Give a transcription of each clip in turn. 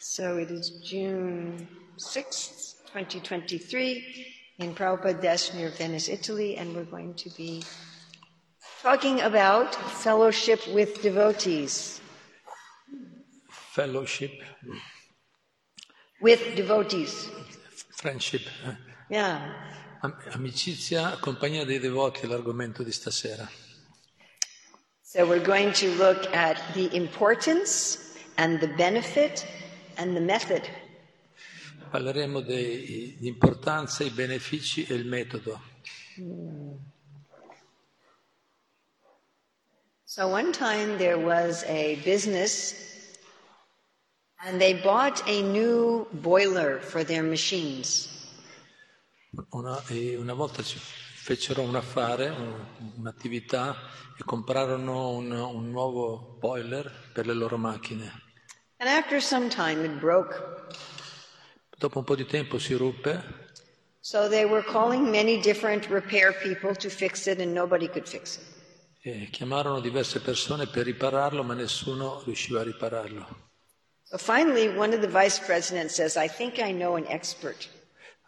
So it is June 6th, 2023, in Prabhupada Dash near Venice, Italy, and we're going to be talking about fellowship with devotees. fellowship, With devotees. friendship, eh? Yeah. Am- amicizia, compagnia dei devoti è l'argomento di stasera. So we're going to look at the importance and the benefit and the method Parleremo dei- di importanza, i benefici e il metodo. So one time there was a business and they bought a new boiler for their machines. Una, e una volta ci fecero un affare, un- un'attività e comprarono un, un nuovo boiler per le loro macchine. And after some time it broke. Dopo un po' di tempo si ruppe, So they were calling many different repair people to fix it and nobody could fix it. e chiamarono diverse persone per ripararlo, ma nessuno riusciva a ripararlo. So finally one of the vice presidents says, I think I know an expert.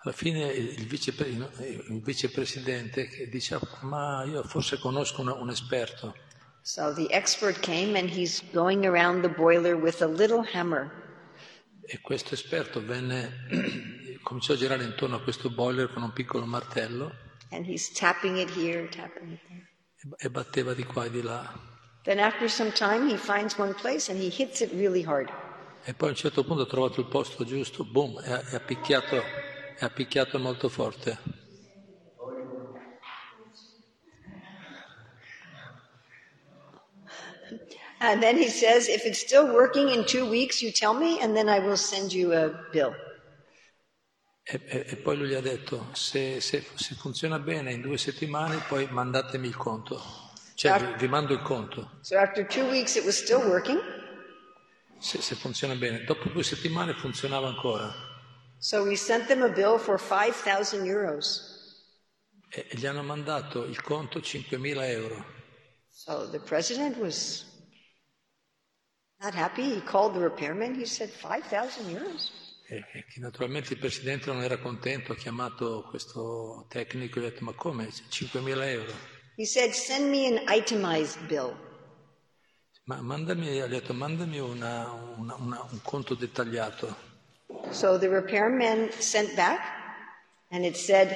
Alla fine il, vicepre- il vicepresidente che dice "Ah, ma io forse conosco una- un esperto So the expert came and he's going around the boiler with a little hammer. e questo esperto venne, cominciò a girare intorno a questo boiler con un piccolo martello And he's tapping it here, tapping it there. e, e batteva di qua e di là Then after some time, he finds one place and he hits it really hard. e poi a un certo punto ha trovato il posto giusto, boom, e ha, e ha picchiato, e ha picchiato molto forte. And then he says, if it's still working in two weeks, you tell me, and then I will send you a bill. E, e- e poi lui gli ha detto se, se- se funziona bene in due settimane poi mandatemi il conto, cioè vi- vi mando il conto. So after two weeks, it was still working. se, se funziona bene. Dopo due settimane funzionava ancora So we sent them a bill for 5,000 euros. e, e gli hanno mandato il conto 5.000 euro. So the president was not happy. He called the repairman. He said, 5,000 euros? E, e che naturalmente il presidente non era contento, ha chiamato questo tecnico e gli ha detto ma come 5.000 euro? He said, send me an itemized bill. Ma mandami, gli ha detto mandami una- una- una- un conto dettagliato. So the repairman sent back, and it said,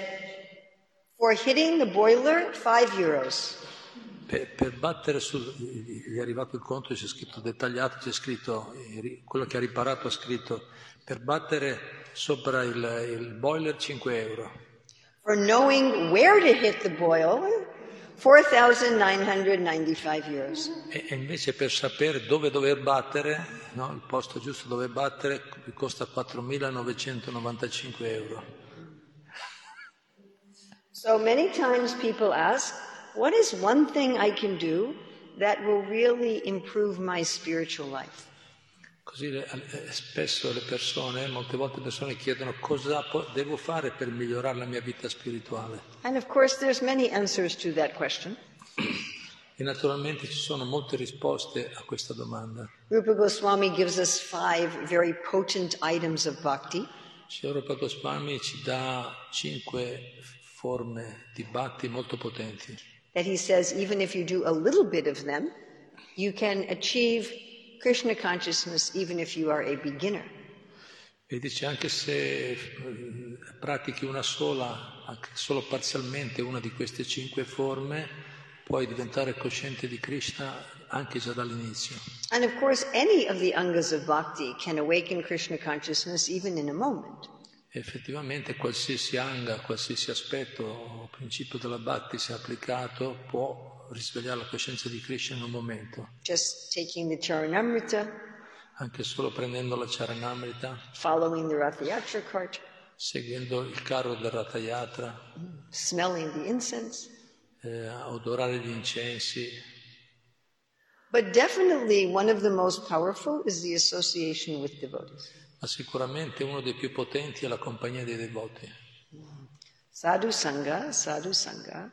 for hitting the boiler, five euros. Per, per battere su, gli è arrivato il conto, c'è scritto dettagliato, c'è scritto, eh, ri- quello che ha riparato ha scritto, per battere sopra il, il boiler 5 euro. For knowing where to hit the boiler, 4,995 euros. E e invece per sapere dove dover battere, no, il posto giusto dove battere costa 4.995 euro. So many times people ask, what is one thing I can do that will really improve my spiritual life? Così le- eh, spesso le persone, molte volte le persone chiedono cosa po- devo fare per migliorare la mia vita spirituale. And of course, there's many answers to that question. E naturalmente ci sono molte risposte a questa domanda. Rupa Goswami gives us five very potent items of bhakti. Signor Pagoswami ci dà cinque forme di bhatti molto potenti, that he says even if you do a little bit of them, you can achieve Krishna consciousness even if you are a beginner. E dice anche se eh, pratichi una sola, anche solo parzialmente, una di queste cinque forme, puoi diventare cosciente di Krishna anche già dall'inizio. And of course, any of the angas of bhakti can awaken Krishna consciousness even in a moment. E effettivamente qualsiasi anga, qualsiasi aspetto o principio della Bhakti se applicato può risvegliare la coscienza di Krishna in un momento, Just taking the Charanamrita, anche solo prendendo la Charanamrita, following the Rathyatra cart, seguendo il carro del Ratha Yatra, smelling the incense. eh, odorare gli incensi, But definitely one of the most powerful is the association with devotees. ma sicuramente uno dei più potenti è la compagnia dei devoti. Sadhu Sangha, Sadhu Sangha,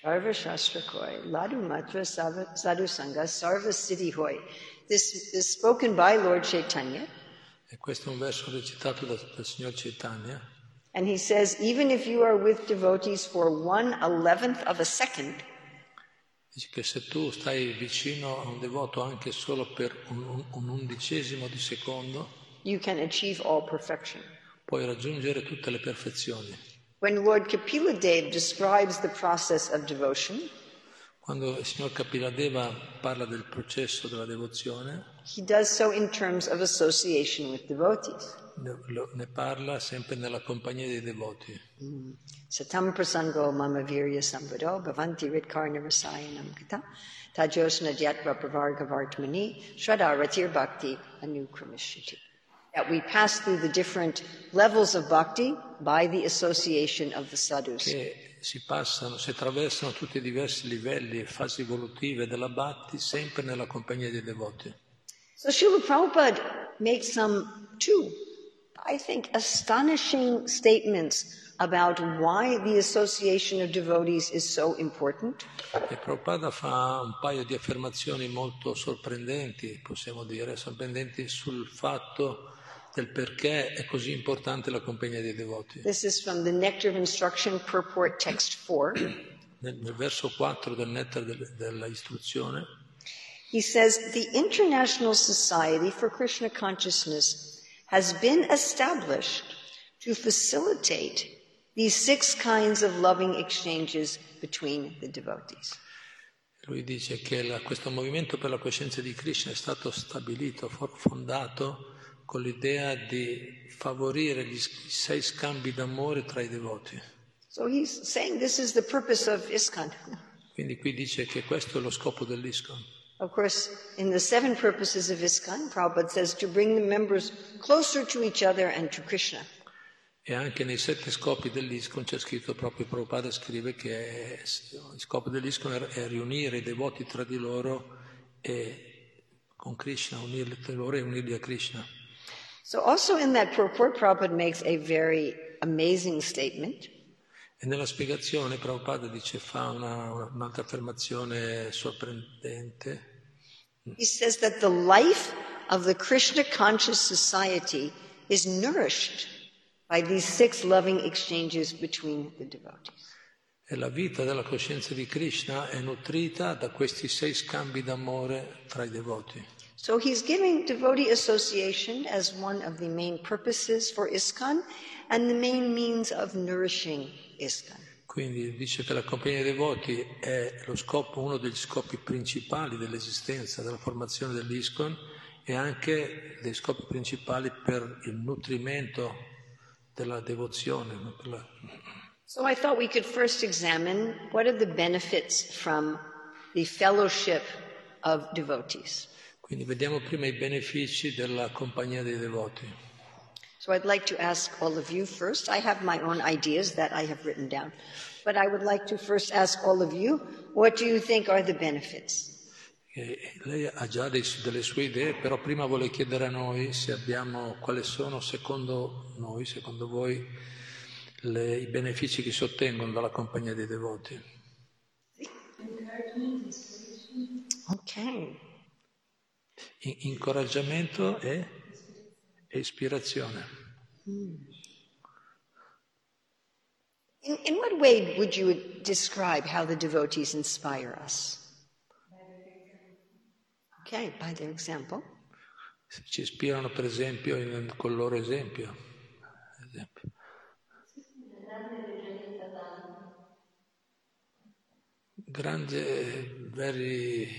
Sarva Shastra Koi, Ladu Matra Sava- Sadhu Sangha, Sarva Siddhi Hoy. This is spoken by Lord Chaitanya E questo è un verso recitato da- dal signor Chaitanya. And he says, even if you are with devotees for one eleventh of a second, Dice che se tu stai vicino a un devoto anche solo per un, un- un undicesimo di secondo, you can achieve all perfection. puoi raggiungere tutte le perfezioni. When Lord Kapila Dev describes the process of devotion, Quando il signor Kapiladeva parla del processo della devozione, he does so in terms of association with devotees. ne, lo- ne parla sempre nella compagnia dei devoti. Satam prasango mama virya sambado bhavanti ritkarna rasayanam kata tajosna jatva pravarga vartmani shraddha ratir bhakti anukramishiti. That we pass through the different levels of bhakti by the association of the sadhus. che si passano, si attraversano tutti i diversi livelli e fasi evolutive della Bhakti sempre nella compagnia dei devoti. So Srila Prabhupada makes some two, I think, astonishing statements about why the association of devotees is so important. E Prabhupada fa un paio di affermazioni molto sorprendenti, possiamo dire, sorprendenti sul fatto del perché è così importante la compagnia dei devoti. This is from the Nectar of Instruction Purport Text 4. Nel, nel verso 4 del Nettare del- dell'Istruzione He says the International Society for Krishna Consciousness has been established to facilitate these six kinds of loving exchanges between the devotees. lui dice che la- questo movimento per la coscienza di Krishna è stato stabilito, for- fondato con l'idea di favorire gli s- i sei scambi d'amore tra i devoti. So he's saying this is the purpose of ISKCON. Quindi qui dice che questo è lo scopo dell'ISKCON. Of course, in the seven purposes of ISKCON, Prabhupada says to bring the members closer to each other and to Krishna. E anche nei sette scopi dell'ISCON c'è scritto proprio, Prabhupada scrive che il scopo dell'ISCON è- è riunire i devoti tra di loro e con Krishna, unirli tra loro e unirli a Krishna. So also in that purport, Prabhupada makes a very amazing statement. E nella spiegazione Prabhupada dice, fa una- una- un'altra affermazione sorprendente, He says that the life of the Krishna conscious society is nourished by these six loving exchanges between the devotees. e la vita della coscienza di Krishna è nutrita da questi sei scambi d'amore tra i devoti. So he's giving devotee association as one of the main purposes for ISKCON and the main means of nourishing ISKCON. Quindi dice che la compagnia dei devoti è lo scopo- uno degli scopi principali dell'esistenza, della formazione dell'ISCON e anche dei scopi principali per il nutrimento della devozione. no? Per la- So I thought we could first examine what are the benefits from the fellowship of devotees. Quindi vediamo prima i benefici della compagnia dei devoti. So I'd like to ask all of you first. I have my own ideas that I have written down, but I would like to first ask all of you, what do you think are the benefits? E- e lei ha già dei su- delle sue idee, però prima vuole chiedere a noi se abbiamo, quali sono secondo noi, secondo voi, le- i benefici che si ottengono dalla compagnia dei devoti. Okay. I- incoraggiamento e, e ispirazione. In, in what way would you describe how the devotees inspire us? Okay, by their example. Se Ci ispirano per esempio in- col loro esempio. per esempio. Grande, eh, very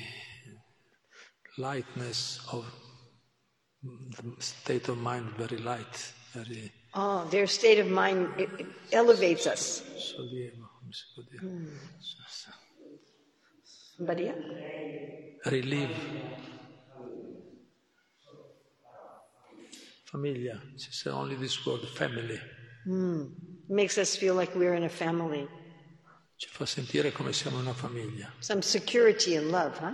lightness of the state of mind, very light, very Oh, their state of mind it, it elevates us. sollievo, come si può dire. S- s- Somebody else? relieve. Famiglia, she said only this word, family. Makes us feel like we're in a family. Ci fa sentire come siamo una famiglia. Some security and love, huh?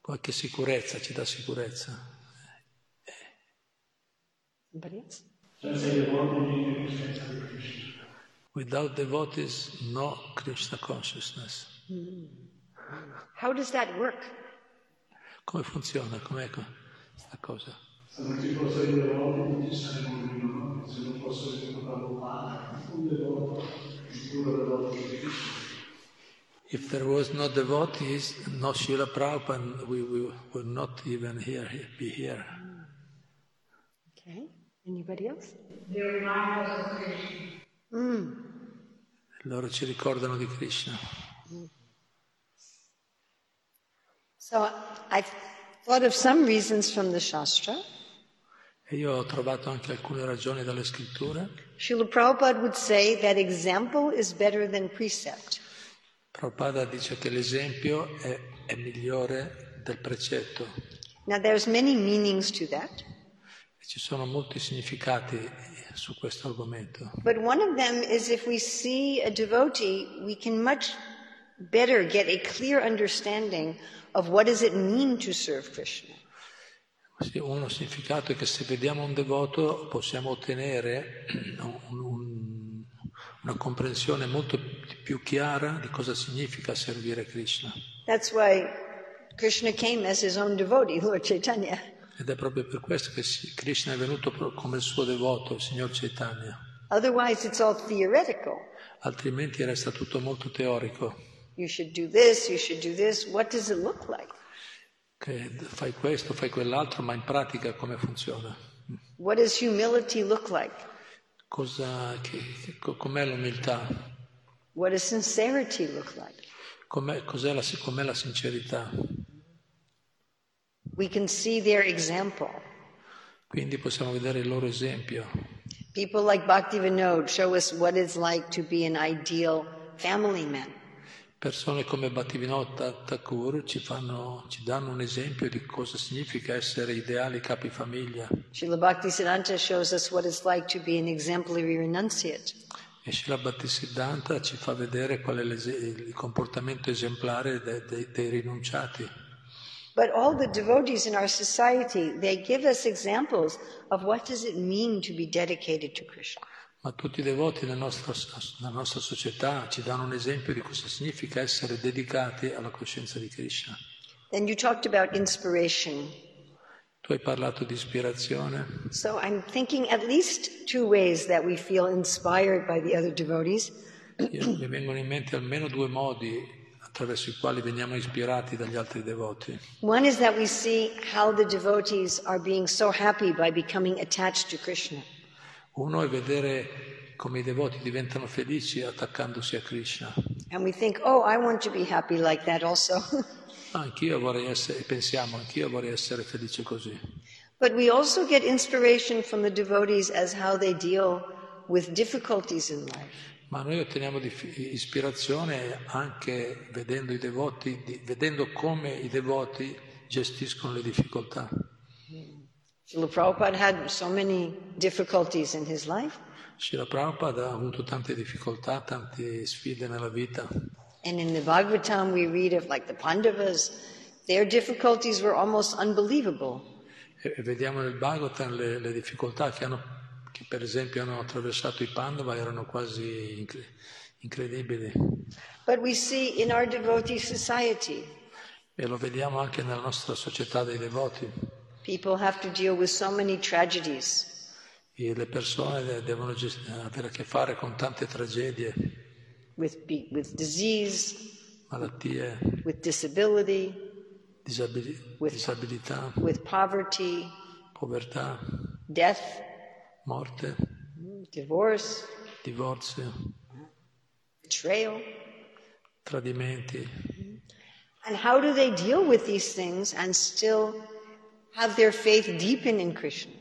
Qualche sicurezza, ci dà sicurezza. Somebody else? Without devotees, no Krishna consciousness. How does that work? Come funziona? Com'è co- questa cosa? Se non ti posso dire l'uomo, non ci saremo noi, se non posso diventare umano, un devoto, il puro devoto di Cristo. If there was no devotees, no Srila Prabhupada, we, we would not even here, be here. Okay. Anybody else? They remind us of Krishna. Mm. Loro ci ricordano di Krishna. So I thought of some reasons from the Shastra. E io ho trovato anche alcune ragioni dalle scritture. Srila Prabhupada would say that example is better than precept. Prabhupada dice che l'esempio è, è migliore del precetto. E Now there's many meanings to that, ci sono molti significati eh, su questo argomento. but one of them is if we see a devotee, we can much better get a clear understanding of what does it mean to serve Krishna. Sì, Uno significato è che se vediamo un devoto possiamo ottenere un- un- una comprensione molto più chiara di cosa significa servire Krishna. That's why Krishna came as his own devotee, Lord Chaitanya. Ed è proprio per questo che si- Krishna è venuto pro- come il suo devoto, il signor Chaitanya. Otherwise, it's all theoretical. Altrimenti resta tutto molto teorico. You should do this, you should do this. What does it look like? Che fai questo, fai quell'altro, ma in pratica come funziona? What does humility look like? Cosa, che- che- co- com'è l'umiltà? What does sincerity look like? Com'è, cos'è la, com'è la sincerità? We can see their example. Quindi possiamo vedere il loro esempio. People like Bhakti Vinod show us what it's like to be an ideal family man. Persone come Bhattivinoda Thakur ci, fanno, ci danno un esempio di cosa significa essere ideali capifamiglia Srila Bhakti Siddhanta shows us what it's like to be an exemplary renunciate. e Srila Bhattisiddhanta ci fa vedere qual è l'ese- il comportamento esemplare de- de- dei rinunciati. But all the devotees in our society, they give us examples of what does it mean to be dedicated to Krishna. Ma tutti i devoti nella nostra, nella nostra società ci danno un esempio di cosa significa essere dedicati alla coscienza di Krishna. Then you talked about inspiration. Tu hai parlato di ispirazione, So I'm thinking at least two ways that we feel inspired by the other devotees. Io- mi vengono in mente almeno due modi attraverso i quali veniamo ispirati dagli altri devoti. One is that we see how the devotees are being so happy by becoming attached to Krishna. Uno è vedere come i devoti diventano felici attaccandosi a Krishna. And we think, oh, I want to be happy like that also. Anch'io vorrei essere, pensiamo, anch'io vorrei essere felice così. but we also get inspiration from the devotees as how they deal with difficulties in life. Ma noi otteniamo dif- ispirazione anche vedendo, i devoti, di- vedendo come i devoti gestiscono le difficoltà. Srila Prabhupada had so many difficulties in his life, Srila Prabhupada ha avuto tante difficoltà, tante sfide nella vita. and in the Bhagavatam we read of like the Pandavas, their difficulties were almost unbelievable. E, e vediamo nel Bhagavatam le, le difficoltà che, hanno, che per esempio hanno attraversato i Pandava, erano quasi incre- incredibili. But we see in our devotee society, E lo vediamo anche nella nostra società dei devoti. people have to deal with so many tragedies. E le persone de- devono gest- avere a che fare con tante tragedie, with, be- with disease, malattie, with disability, disabili- With- disabilità, with poverty, povertà, death, morte, divorce, divorzio, betrayal. tradimenti. And how do they deal with these things and still have their faith deepen in Krishna?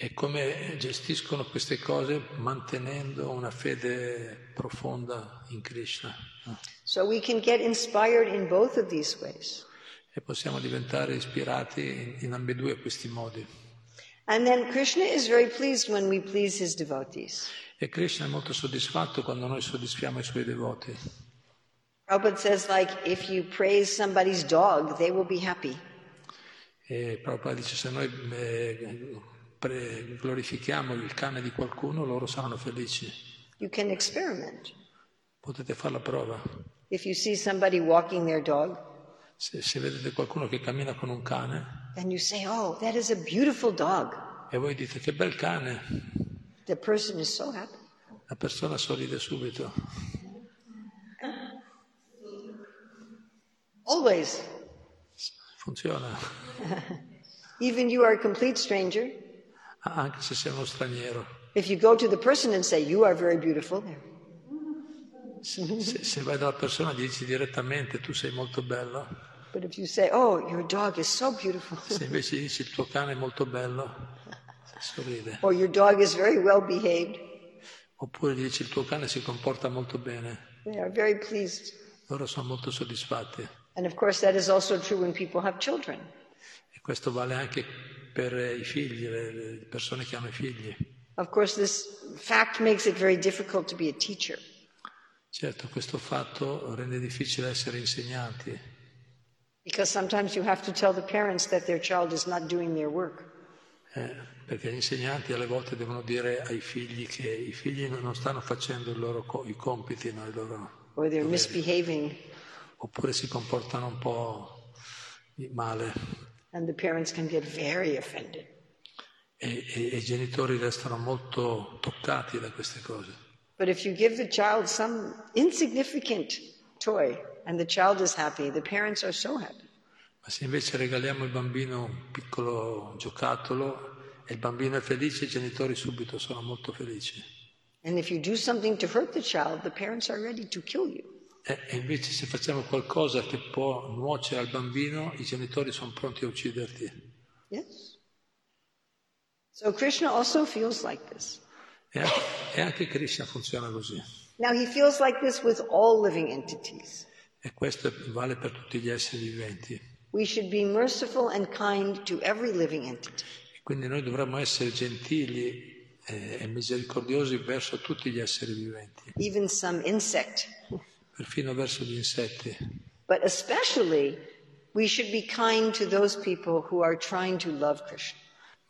E come gestiscono queste cose mantenendo una fede profonda in Krishna. no? So we can get inspired in both of these ways. E possiamo diventare ispirati in, in ambedue questi modi. And then Krishna is very pleased when we please his devotees. E Krishna è molto soddisfatto quando noi soddisfiamo i suoi devoti. Prabhupada says, like, if you praise somebody's dog, they will be happy. E Prabhupada dice: Se noi eh, pre- glorifichiamo il cane di qualcuno, loro saranno felici. You can experiment. Potete fare la prova. If you see somebody walking their dog Se, se vedete qualcuno che cammina con un cane, and you say, Oh, that is a beautiful dog, E voi dite che bel cane, the person is so happy. la persona sorride subito. Always. Funziona, Even you are a complete stranger. Ah, anche se sei uno straniero. If you go to the person and say, You are very beautiful, Se, se vai dalla persona e gli dici direttamente tu sei molto bello, but if you say, Oh, your dog is so beautiful, se invece gli dici il tuo cane è molto bello, sorride. or your dog is very well behaved, Oppure gli dici il tuo cane si comporta molto bene, they are very pleased. loro sono molto soddisfatti. And of course, that is also true when people have children. E questo vale anche per i figli, le, le persone che hanno i figli. Of course, this fact makes it very difficult to be a teacher. Certo, questo fatto rende difficile essere insegnanti. Because sometimes you have to tell the parents that their child is not doing their work. Eh, perché gli insegnanti alle volte devono dire ai figli che i figli non non stanno facendo il loro co- i compiti, no, i loro- Or they're misbehaving, oppure si comportano un po' male and the parents can get very offended. e, e- e i genitori restano molto toccati da queste cose. But if you give the child some insignificant toy and the child is happy, the parents are so happy. Ma se invece regaliamo al bambino un piccolo giocattolo e il bambino è felice, i genitori subito sono molto felici. And if you do something to hurt the child, the parents are ready to kill you. E, e invece se facciamo qualcosa che può nuocere al bambino, i genitori sono pronti a ucciderti. Yes? So Krishna also feels like this. E anche, e anche Krishna funziona così. Now he feels like this with all living entities. E questo vale per tutti gli esseri viventi. E We should be merciful and kind to every living entity. quindi noi dovremmo essere gentili eh, e misericordiosi verso tutti gli esseri viventi, even some insect. perfino verso gli insetti. But especially, we should be kind to those people who are trying to love Krishna.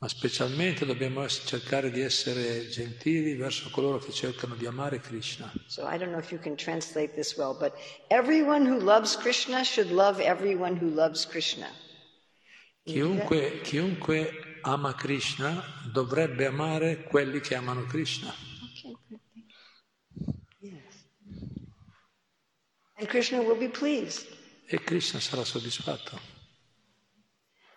Ma specialmente dobbiamo ess- cercare di essere gentili verso coloro che cercano di amare Krishna. So I don't know if you can translate this well, but everyone who loves Krishna should love everyone who loves Krishna. Chiunque, chiunque ama Krishna dovrebbe amare quelli che amano Krishna. Okay, good. Thank you. Yes. And Krishna will be pleased. E Krishna sarà soddisfatto.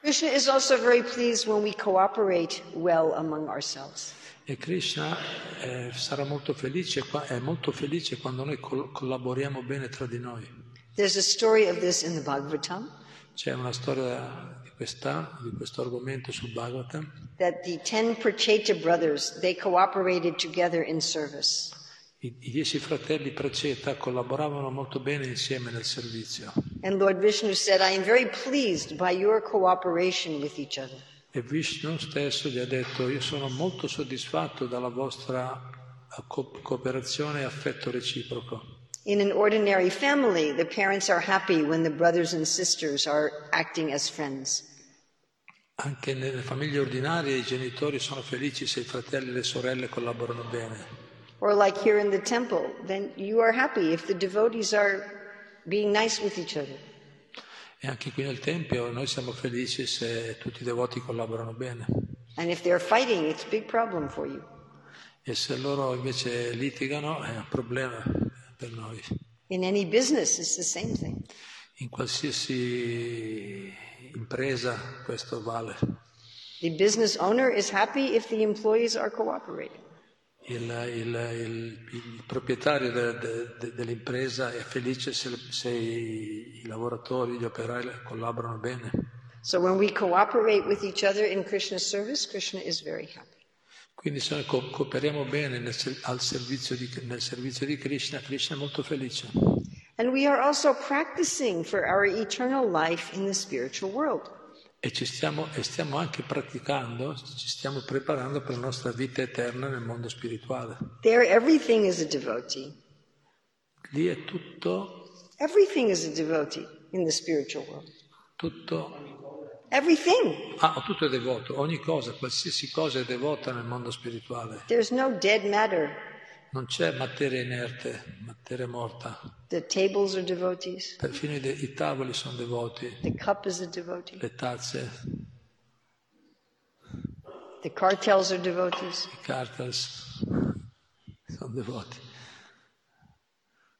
Krishna is also very pleased when we cooperate well among ourselves. E Krishna eh, sarà molto felice, qua- è molto felice quando noi col- collaboriamo bene tra di noi. There's a story of this in the Bhagavatam C'è una storia di, questa, di questo argomento sul Bhagavatam. that the ten Pracheta brothers, they cooperated together in service. I, I dieci fratelli Praceta collaboravano molto bene insieme nel servizio. And Lord Vishnu said, I am very pleased by your cooperation with each other. E Vishnu stesso gli ha detto: Io sono molto soddisfatto dalla vostra eh, co- cooperazione e affetto reciproco. In an ordinary family, the parents are happy when the brothers and sisters are acting as friends. Anche nelle famiglie ordinarie i genitori sono felici se i fratelli e le sorelle collaborano bene. Or like here in the temple, then you are happy if the devotees are being nice with each other. E anche qui nel Tempio noi siamo felici se tutti i devoti collaborano bene. And if they're fighting, it's a big problem for you. E se loro invece litigano è un problema per noi. In any business, it's the same thing. In qualsiasi impresa questo vale. The business owner is happy if the employees are cooperating. Il, il- il- il proprietario de- de- de- dell'impresa è felice se, se i, i lavoratori, gli operai collaborano bene. So when we cooperate with each other in Krishna's service, Krishna is very happy. Quindi se noi co- cooperiamo bene nel, ser- al servizio di, nel servizio di Krishna, Krishna è molto felice. And we are also practicing for our eternal life in the spiritual world. E, ci stiamo, e stiamo anche praticando, ci stiamo preparando per la nostra vita eterna nel mondo spirituale. There, everything is a devotee. Lì è tutto, Everything is a devotee in the spiritual world. tutto, Everything. ah, tutto è devoto, ogni cosa, qualsiasi cosa è devota nel mondo spirituale. There's no dead matter. Non c'è materia inerte, materia morta. The tables are devotees. Perfino i, de- i tavoli sono devoti, The cup is a devotee. le tazze. The cartels are devotees. I cartels sono devoti.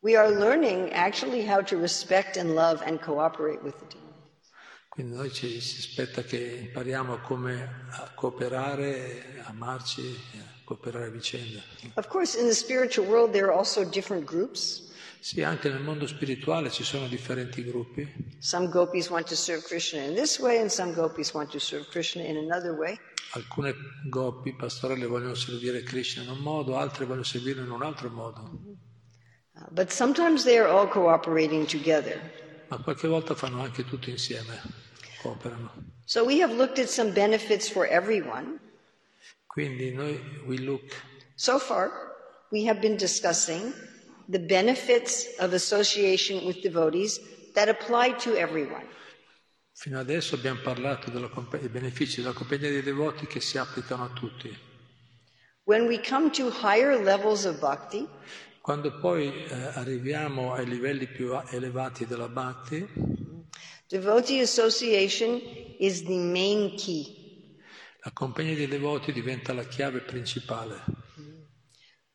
We are learning actually how to respect and love and cooperate with the demons. Quindi noi ci si aspetta che impariamo come a cooperare, amarci, e a cooperare a vicenda. Of course, in the spiritual world, there are also different groups. Sì, anche nel mondo spirituale ci sono differenti gruppi. Some gopis want to serve Krishna in this way, and some gopis want to serve Krishna in another way. Alcune gopi, pastorelle, vogliono servire Krishna in un modo, altre vogliono servirlo in un altro modo. Uh, But sometimes they are all cooperating together. Ma qualche volta fanno anche tutto insieme, cooperano. So we have looked at some benefits for everyone. Quindi noi, we look So far, we have been discussing the benefits of association with devotees that apply to everyone. Fino adesso abbiamo parlato della compa- dei benefici della compagnia dei devoti che si applicano a tutti. When we come to higher levels of bhakti, Quando poi eh, arriviamo ai livelli più a- elevati della Bhakti, devotee association is the main key. la compagnia dei devoti diventa la chiave principale.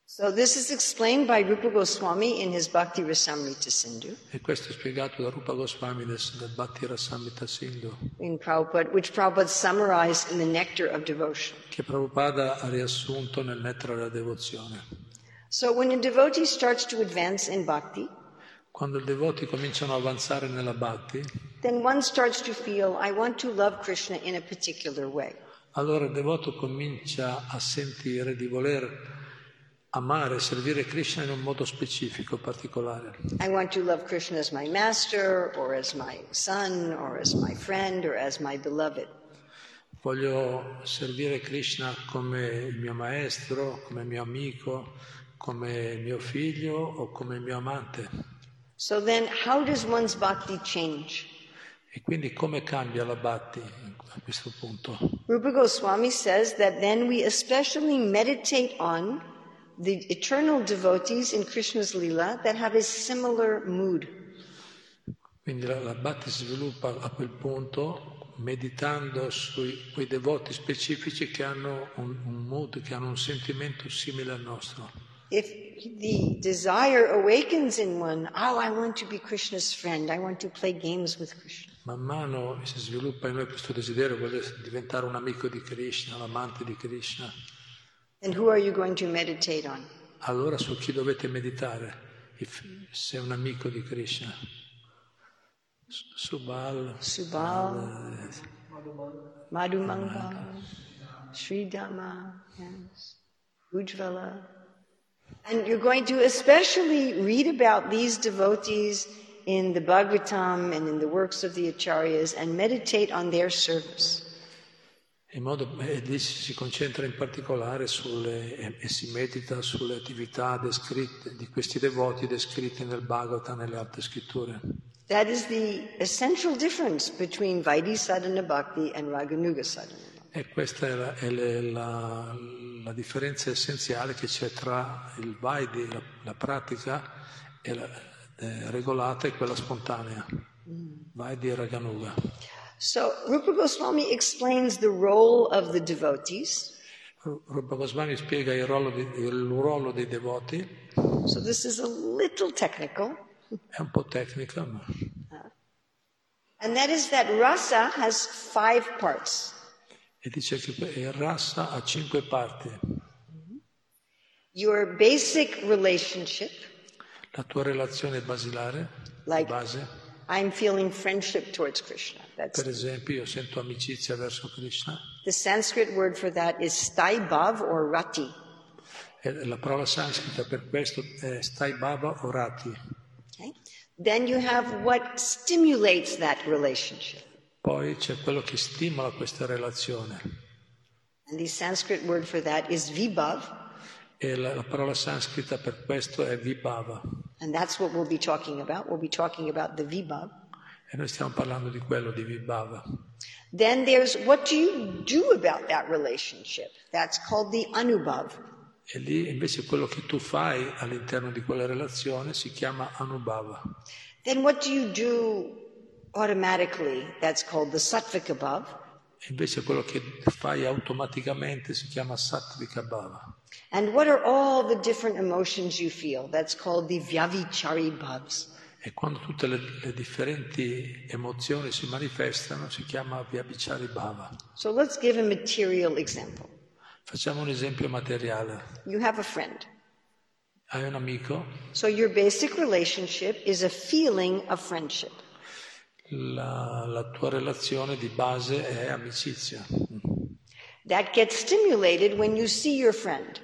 So this is explained by Rupa Goswami in his Bhakti Rasamrita Sindhu E questo è spiegato da Rupa Goswami nel, nel Bhatti Rasamrita Sindhu, in Prabhupada, which Prabhupada summarized in the Nectar of Devotion. che Prabhupada ha riassunto nel Nettare della Devozione. So when a devotee starts to advance in bhakti, Quando i devoti cominciano ad avanzare nella Bhakti, then one starts to feel, I want to love Krishna in a particular way. allora il devoto comincia a sentire di voler amare, servire Krishna in un modo specifico, particolare. I want to love Krishna as my master, or as my son, or as my friend, or as my beloved. Voglio servire Krishna come il mio maestro, come mio amico, come mio figlio o come mio amante. So then, how does one's bhakti change? E quindi come cambia la Bhatti a questo punto? Rupa Goswami says that then we especially meditate on the eternal devotees in Krishna's Leela that have a similar mood. Quindi la, la Bhatti si sviluppa a quel punto meditando sui quei devoti specifici che hanno un, un mood, che hanno un sentimento simile al nostro. If the desire awakens in one, oh, I want to be Krishna's friend, I want to play games with Krishna. Man mano si sviluppa in noi questo desiderio, voglio diventare un amico di Krishna, l'amante di Krishna. And who are you going to meditate on? Allora su chi dovete meditare? If- se è un amico di Krishna. Su- eh, Subal, Subal, Madhumanga, Sridhama, yes, Ujvala. And you're going to especially read about these devotees in the Bhagavatam and in the works of the Acharyas and meditate on their service. in modo, eh, e lì si si concentra in particolare sulle, e, e si medita sulle attività descritte, di questi devoti descritti nel Bhagavatam e nelle altre scritture. That is the essential difference between Vaidhi Sadhana Bhakti and Raganuga Sadhana. Bhakti. E questa è, la, è le- la- la differenza essenziale che c'è tra il Vaidi, la, la pratica e la- eh, regolata e quella spontanea. Vaidi e Raganuga. So Rupa Goswami explains the role of the devotees. Rupa Goswami spiega il ruolo, di- il ruolo dei devoti, So this is a little technical. è un po' tecnica, ma And that is that rasa has five parts. e dice che il rasa ha cinque parti, Your basic relationship, la tua relazione basilare, Like- di base, I'm feeling friendship towards Krishna. That's per esempio io sento amicizia verso Krishna, the Sanskrit word for that is staibhav or rati. e la parola sanscrita per questo è stai baba orati, Okay? Then you have what stimulates that relationship. poi c'è quello che stimola questa relazione And the Sanskrit word for that is vibhav, e la, la parola sanscrita per questo è vibhava and that's what we'll be talking about. We'll be talking about the vibhav. e noi stiamo parlando di quello, di vibhava. Then there's what do you do about that relationship? That's called the anubhav. E lì invece quello che tu fai all'interno di quella relazione si chiama Anubhava. Then what do you do automatically? That's called the sattvik abhav. Invece quello che fai automaticamente si chiama Sattvika Bhava. And what are all the different emotions you feel? That's called the Vyavichari bhavs. E quando tutte le, le differenti emozioni si manifestano si chiama Vyabhichari Bhava. So let's give a material example. Facciamo un esempio materiale. You have a friend. Hai un amico, So your basic relationship is a feeling of friendship. la, la tua relazione di base è amicizia That gets stimulated when you see your friend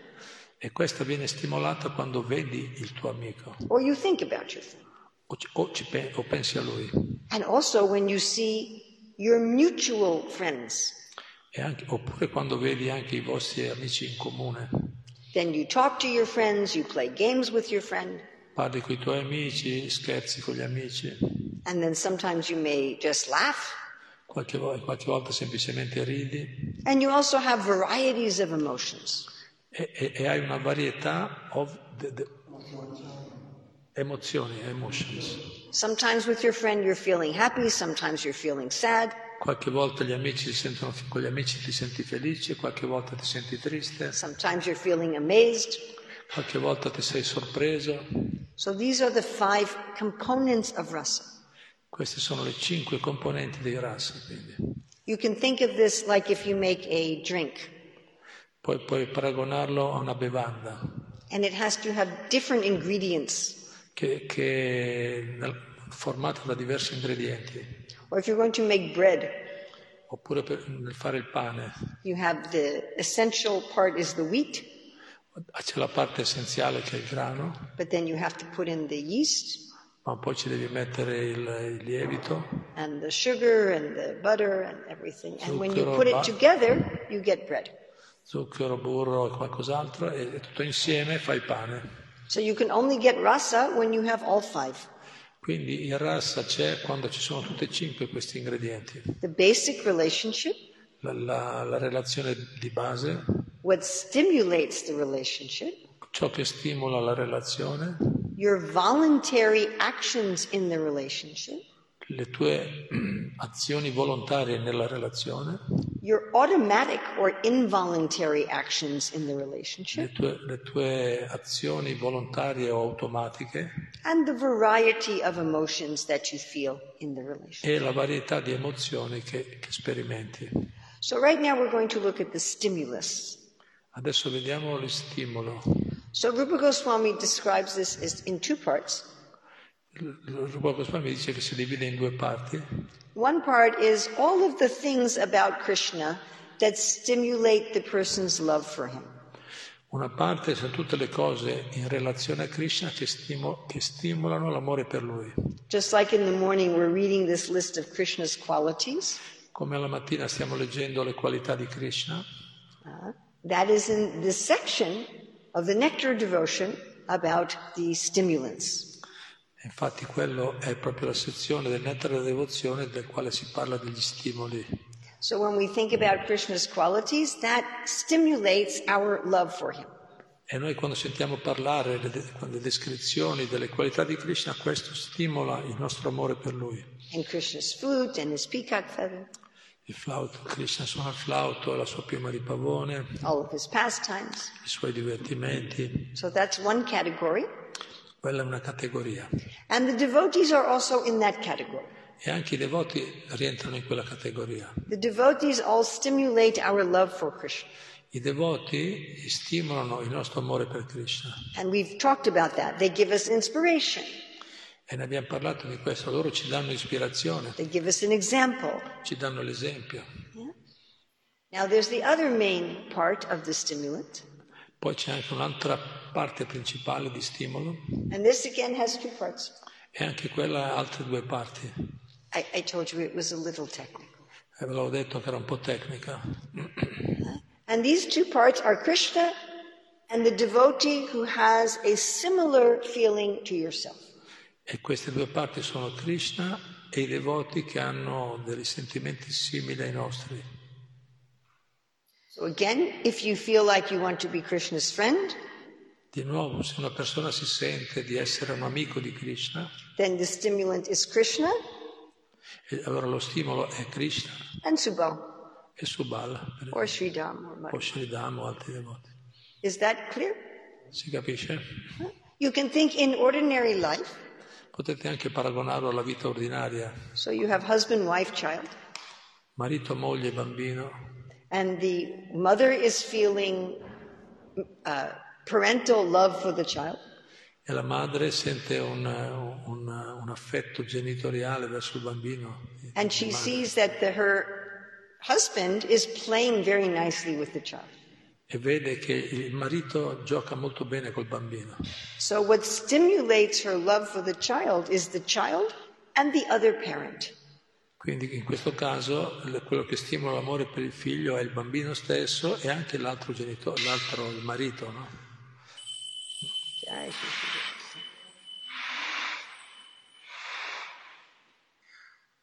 e questa viene stimolata quando vedi il tuo amico or you think about your friend. o, ci- o ci pe- o pensi a lui And also when you see your mutual friends. E anche- oppure quando vedi anche i vostri amici in comune. Then you talk to your friends, you play games with your friend, Parli con i tuoi amici, scherzi con gli amici, and then sometimes you may just laugh. qualche, vo- qualche volta semplicemente ridi And you also have varieties of emotions. e, e- e hai una varietà of the- the- emozioni, emotions. Sometimes with your friend you're feeling happy, sometimes you're feeling sad, Qualche volta gli amici si sentono, con gli amici ti senti felice, qualche volta ti senti triste, sometimes you're feeling amazed. qualche volta ti sei sorpreso. So these are the five components of rasa. Queste sono le cinque componenti dei rasa, quindi. You can think of this like if you make a drink Poi puoi paragonarlo a una bevanda. and it has to have different ingredients. che, che è formata da diversi ingredienti, Or if you're going to make bread, oppure per, nel fare il pane you have the essential part is the wheat, c'è la parte essenziale che è il grano, but then you have to put in the yeast ma poi ci devi mettere il, il lievito, and the sugar and the butter and everything. And when you Zucchero, put it ba- together, you get bread. zucchero, burro e qualcos'altro e, e tutto insieme fai pane. So you can only get rasa when you have all five. Quindi il rassa c'è quando ci sono tutti e cinque questi ingredienti. The basic relationship, La, la- la relazione di base, what stimulates the relationship, ciò che stimola la relazione, your voluntary actions in the relationship, le tue azioni volontarie nella relazione, your automatic or involuntary actions in the relationship, le tue, le tue azioni volontarie o automatiche and the variety of emotions that you feel in the relationship. e la varietà di emozioni che, che sperimenti. So, right now we're going to look at the stimulus. Adesso vediamo lo stimolo. So, Rupa Goswami describes this as in two parts. Il Rupa Goswami dice che si divide in due parti. One part is all of the things about Krishna that stimulate the person's love for him. Una parte sono tutte le cose in relazione a Krishna che, stimo- che stimolano l'amore per lui. Just like in the morning, we're reading this list of Krishna's qualities. Come alla mattina stiamo leggendo le qualità di Krishna, Uh, that is in this section of the nectar devotion about the stimulants. infatti quello è proprio la sezione del nettare della devozione del quale si parla degli stimoli So when we think about Krishna's qualities, that stimulates our love for him. E noi quando sentiamo parlare le, de- le descrizioni delle qualità di Krishna, questo stimola il nostro amore per lui. And Krishna's flute and his peacock feather, Il flauto, Krishna suona il flauto, la sua piuma di pavone, all of his pastimes. i suoi divertimenti, So that's one category. quella è una categoria. And the devotees are also in that category. E anche i devoti rientrano in quella categoria. The devotees all stimulate our love for Krishna. I devoti stimolano il nostro amore per Krishna And we've talked about that. They give us inspiration. e ne abbiamo parlato di questo, loro ci danno ispirazione, They give us an example. ci danno l'esempio. Now there's the other main part of the stimulant. Poi c'è anche un'altra parte principale di stimolo And this again has two parts. e anche quella ha altre due parti. I, I told you it was a little technical. Eh, ve l'avevo detto che era un po' tecnica. And these two parts are Krishna and the devotee who has a similar feeling to yourself. E queste due parti sono Krishna e i devoti che hanno dei sentimenti simili ai nostri. So again, if you feel like you want to be Krishna's friend, Di nuovo, se una persona si sente di essere un amico di Krishna, then the stimulant is Krishna e allora lo stimolo è Krishna and Subho. e Subala, per esempio, or Sri Dham or o Madhva. Sri Dhamma o altri devoti. Is that clear? Si capisce? You can think in ordinary life. Potete anche paragonarlo alla vita ordinaria, So you have husband, wife, child, marito, moglie, bambino, and the mother is feeling uh, parental love for the child, e la madre sente un, un- un affetto genitoriale verso il bambino. and she sees that the, her husband is playing very nicely with the child. e vede che il marito gioca molto bene col bambino. So what stimulates her love for the child is the child and the other parent. Quindi in questo caso l- quello che stimola l'amore per il figlio è il bambino stesso e anche l'altro genitore, l'altro il marito, no?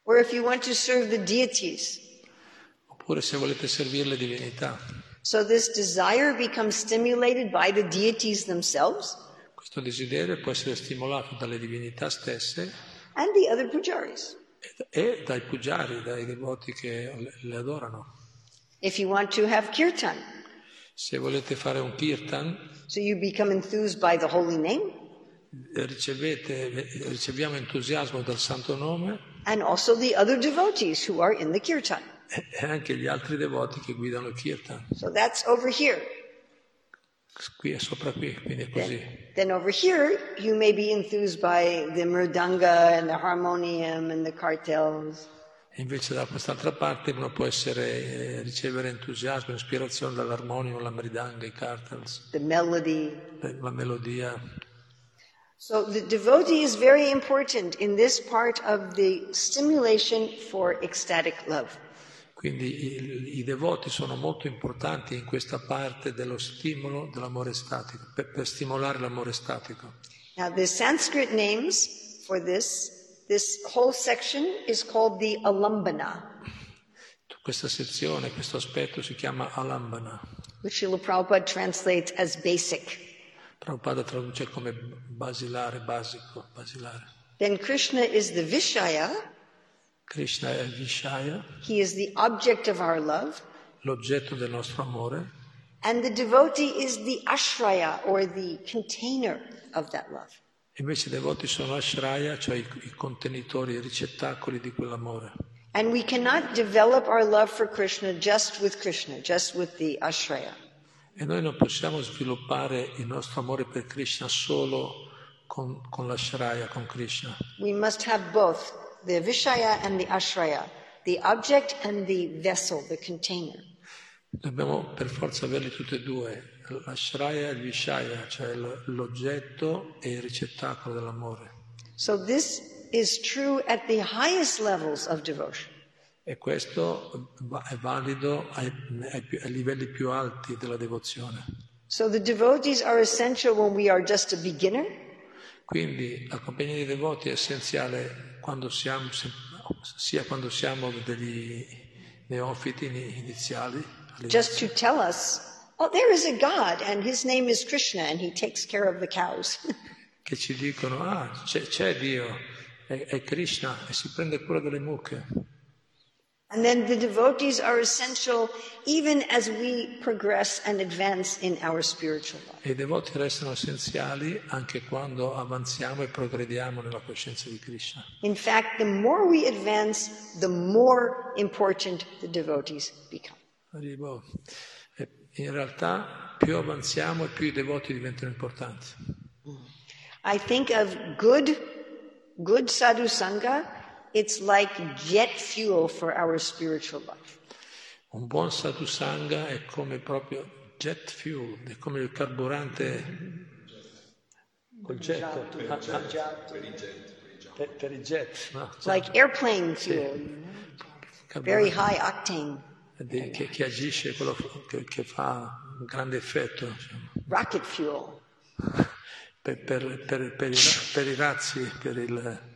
Or if you want to serve the deities. Oppure se volete servire le divinità. So this desire becomes stimulated by the deities themselves Questo desiderio può essere stimolato dalle divinità stesse and the other pujaris. e- e dai pugiari, dai devoti che le- le adorano. If you want to have kirtan, Se volete fare un kirtan, so you become enthused by the holy name eh, ricevete- riceviamo entusiasmo dal santo nome and also the other devotees who are in the kirtan. e e anche gli altri devoti che guidano il kirtan. So that's over here. Qui e sopra qui, quindi è così. Then over here, you may be enthused by the mridanga and the harmonium and the cartels. E invece da quest'altra parte uno può essere, eh, ricevere entusiasmo, ispirazione dall'armonio, la mridanga, i cartels, the melody. eh, la melodia. So the devotee is very important in this part of the stimulation for ecstatic love. Quindi i, i devoti sono molto importanti in questa parte dello stimolo dell'amore statico, per, per stimolare l'amore statico. Now the Sanskrit names for this, this whole section is called the alambana, Questa sezione, questo aspetto si chiama alambana. which Srila Prabhupada translates as basic. Prabhupada traduce come basilare, basico, basilare. Then Krishna is the Vishaya, Krishna è il Vishaya, he is the object of our love, l'oggetto del nostro amore, and the devotee is the ashraya or the container of that love. Invece i devoti sono ashraya, cioè i, i contenitori, i ricettacoli di quell'amore. And we cannot develop our love for Krishna just with Krishna, just with the ashraya. E noi non possiamo sviluppare il nostro amore per Krishna solo con, con l'ashraya, con Krishna. We must have both the Vishaya and the ashraya, the object and the vessel, the container. Dobbiamo per forza averli tutti e due, l'ashraya e il vishaya, cioè l- l'oggetto e il ricettacolo dell'amore. So this is true at the highest levels of devotion. E questo va- è valido ai- ai più- ai livelli più alti della devozione. So the devotees are essential when we are just a beginner, Quindi la compagnia dei devoti è essenziale quando siamo, se- sia quando siamo degli neofiti ini- iniziali, all'inizio, just to tell us, oh, there is a God and his name is Krishna and he takes care of the cows. che ci dicono, ah, c'è, c'è Dio, è, è Krishna e si prende cura delle mucche. And then the devotees are essential even as we progress and advance in our spiritual life. E i devoti restano essenziali anche quando avanziamo e progrediamo nella coscienza di Krishna. In fact, the more we advance, the more important the devotees become. Arrivo. E In realtà più avanziamo e più i devoti diventano importanti. I think of good, good sadhu sangha, it's like jet fuel for our spiritual life. Un buon satusanga è come proprio jet fuel, è come il carburante col jet, ah, ah, per, per i jet, no? Cioè, Like airplane fuel, very carburante high octane di- che, che agisce, quello che, che fa un grande effetto diciamo. rocket fuel. per, per- per- per i, ra- per i razzi, per il...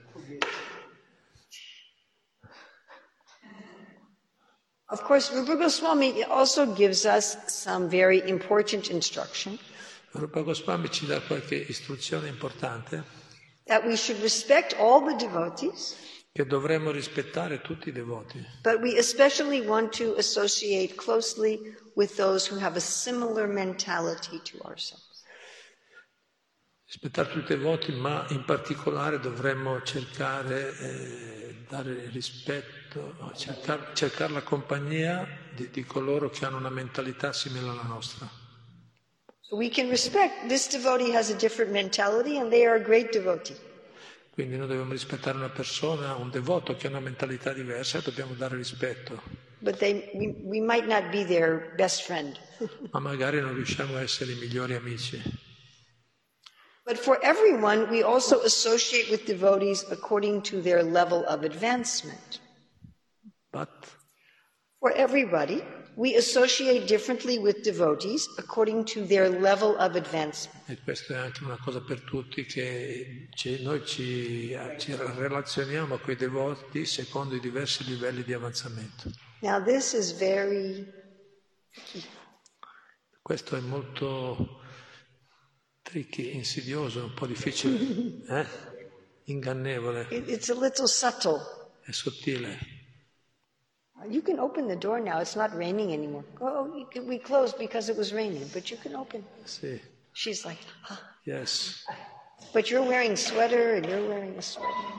Of course, Rupa Goswami also gives us some very important instruction. Rupa Goswami ci dà qualche istruzione importante that we should respect all the devotees, che dovremmo rispettare tutti i devoti, But we especially want to associate closely with those who have a similar mentality to ourselves. rispettare tutti i devoti, ma in particolare dovremmo cercare eh, dare rispetto, no, cercar- cercare la compagnia di, di coloro che hanno una mentalità simile alla nostra. So we can respect this devotee has a different mentality and they are a great devotee. Quindi noi dobbiamo rispettare una persona, un devoto che ha una mentalità diversa e dobbiamo dare rispetto. But they, we, we might not be their best friend. ma magari non riusciamo a essere i migliori amici. But for everyone, we also associate with devotees according to their level of advancement. But For everybody, we associate differently with devotees according to their level of advancement. e questa è anche una cosa per tutti, che ci- noi ci, ci relazioniamo con i devoti secondo i diversi livelli di avanzamento. Now, this is very Questo è molto tricky, insidioso, un po' difficile, eh? ingannevole, It, it's a little subtle. è sottile. You can open the door now. It's not raining anymore. Oh, you can- we closed because it was raining, but you can open. Sì, She's like, "Huh." yes, but you're wearing sweater and you're wearing a sweater.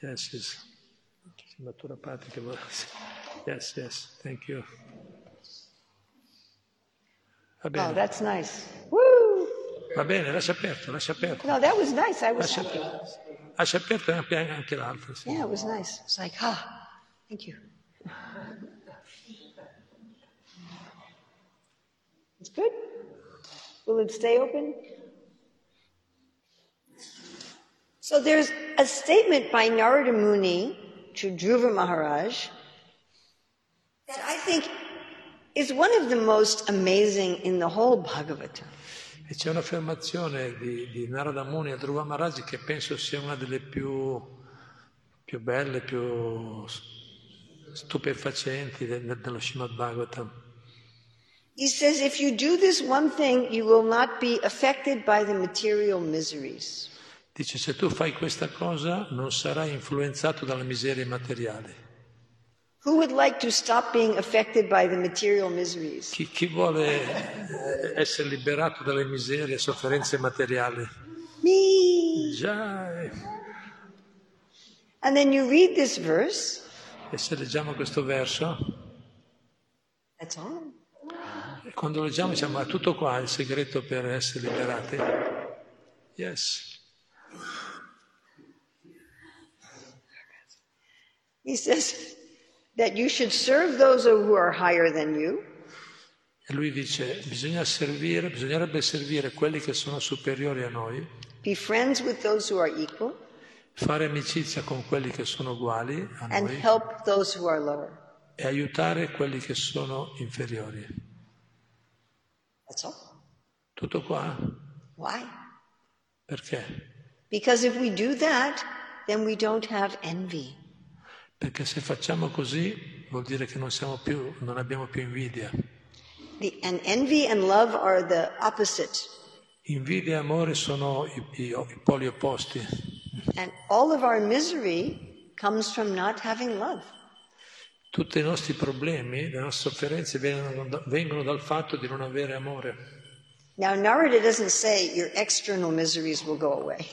yes, yes. Sembra pratica, ma... Yes, yes, thank you. Va bene. Oh, that's nice. Woo! Va bene, lascia aperto, lascia aperto. No, that was nice. I was Lascia, happy. lascia aperto anche, anche l'altro. sì. Yeah, it was nice. It's like, ah, thank you. It's good. Will it stay open? So there's a statement by Narada Muni to Dhruva Maharaj that I think is one of the most amazing in the whole Bhagavata. E c'è un'affermazione di, di Narada Muni a Dhruva Maharaj che penso sia una delle più, più belle, più stupefacenti de- de- dello Srimad Bhagavatam. He says, if you do this one thing, you will not be affected by the material miseries. Dice, se tu fai questa cosa non sarai influenzato dalla miseria materiale. Who would like to stop being affected by the material miseries? Chi, chi vuole eh, essere liberato dalle miserie e sofferenze materiali? Me! Già, eh, And then you read this verse. e se leggiamo questo verso, That's all. Quando leggiamo diciamo, ma tutto qua è il segreto per essere liberati. Yes. He says that you should serve those who are higher than you, E lui dice, bisogna servire, bisognerebbe servire quelli che sono superiori a noi, be friends with those who are equal, fare amicizia con quelli che sono uguali a and noi help those who are lower. e aiutare quelli che sono inferiori. That's all. Tutto qua? Why? Perché? Because if we do that, then we don't have envy. Perché se facciamo così vuol dire che non, siamo più, non abbiamo più invidia. The, and envy and love are the opposite. Invidia e amore sono i- i- i poli opposti. And all of our misery comes from not having love. Tutti i nostri problemi, le nostre sofferenze vengono, da- vengono dal fatto di non avere amore. Now, Narada doesn't say your external miseries will go away.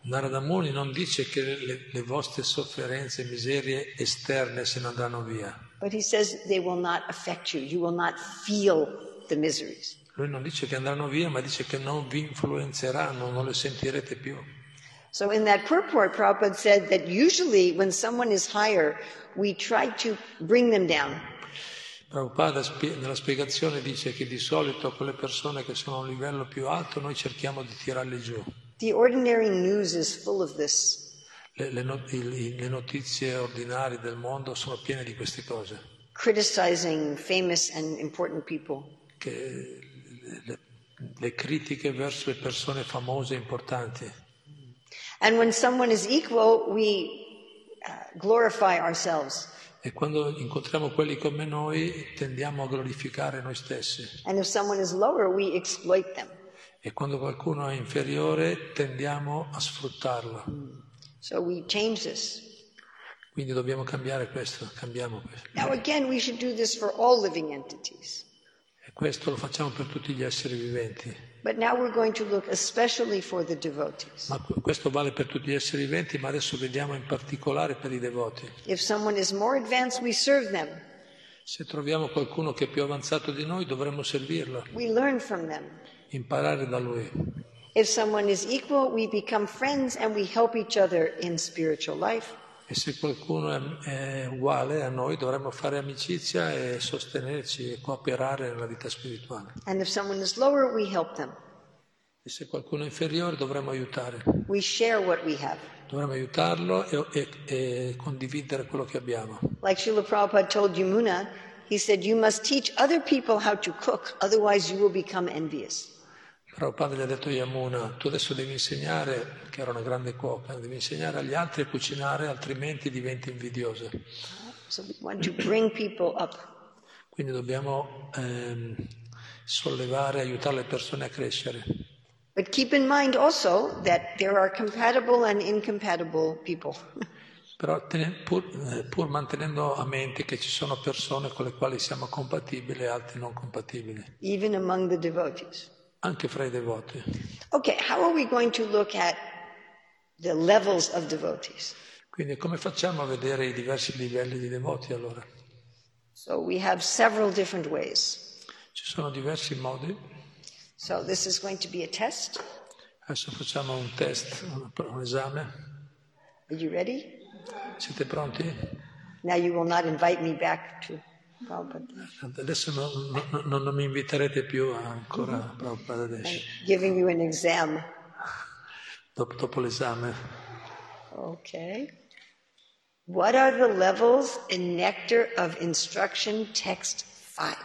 Narada Muni non dice che le, le vostre sofferenze e miserie esterne se ne andranno via. But he says they will not affect you. You will not feel the miseries. Lui non dice che andranno via, ma dice che non vi influenzeranno, non le sentirete più. So, in that purport, Prabhupada said that usually when someone is higher, we try to bring them down. Prabhupada spie- nella spiegazione dice che di solito con le persone che sono a un livello più alto noi cerchiamo di tirarle giù. The ordinary news is full of this. Le- le no- i- i- le notizie ordinarie del mondo sono piene di queste cose. Criticizing famous and important people, che le, le critiche verso le persone famose e importanti. and when someone is equal, we uh, glorify ourselves. E quando incontriamo quelli come noi tendiamo a glorificare noi stessi. And if someone is lower, we exploit them. E quando qualcuno è inferiore tendiamo a sfruttarlo. So we change this. Quindi dobbiamo cambiare questo, cambiamo questo. Now, again, we should do this for all living entities. E questo lo facciamo per tutti gli esseri viventi. But now we're going to look especially for the devotees. Ma qu- questo vale per tutti gli esseri viventi, ma adesso vediamo in particolare per i devoti. If someone is more advanced, we serve them, Se troviamo qualcuno che è più avanzato di noi, dovremmo servirlo, we learn from them. imparare da lui. If someone is equal, we become friends and we help each other in spiritual life. E se qualcuno è, è uguale a noi, dovremmo fare amicizia e sostenerci e cooperare nella vita spirituale. And if someone is lower, we help them. E se qualcuno è inferiore, dovremmo aiutare. We share what we have. Dovremmo aiutarlo e, e- e condividere quello che abbiamo. Like Srila Prabhupada told Yamuna, he said, You must teach other people how to cook, otherwise, you will become envious. Però il padre gli ha detto a Yamuna, tu adesso devi insegnare, che era una grande cuoca, devi insegnare agli altri a cucinare, altrimenti diventi invidioso. So we want to bring people up. Quindi dobbiamo ehm, sollevare, aiutare le persone a crescere. But keep in mind also that there are compatible and incompatible people. Però ten- pur, eh, pur mantenendo a mente che ci sono persone con le quali siamo compatibili e altre non compatibili, even among the devotees. anche fra i devoti. Okay, how are we going to look at the levels of devotees? Quindi come facciamo a vedere i diversi livelli di devoti allora? So we have several different ways. Ci sono diversi modi. So this is going to be a test. Adesso facciamo un test, un- un esame. Are you ready? Siete pronti? Now you will not invite me back to Prabhupada. Adesso non, non- non- non mi inviterete più ancora a Prabhupada I'm adesso, giving you an exam. dopo, dopo l'esame. Okay. What are the levels and nectar of instruction text five?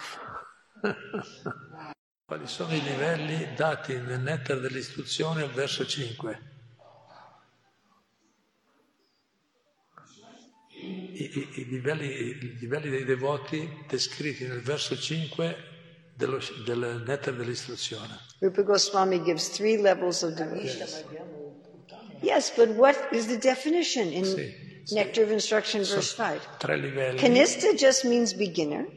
Quali sono i livelli dati nel nettare dell'istruzione al verso 5? I, i- i livelli, i livelli dei devoti descritti nel verso 5 dello- del nettare dell'istruzione. Rupa Goswami gives three levels of devotion. Yes, but what is the definition in Sì, sì. Nectar of Instruction, verse 5? Tre livelli. Kanista just means beginner,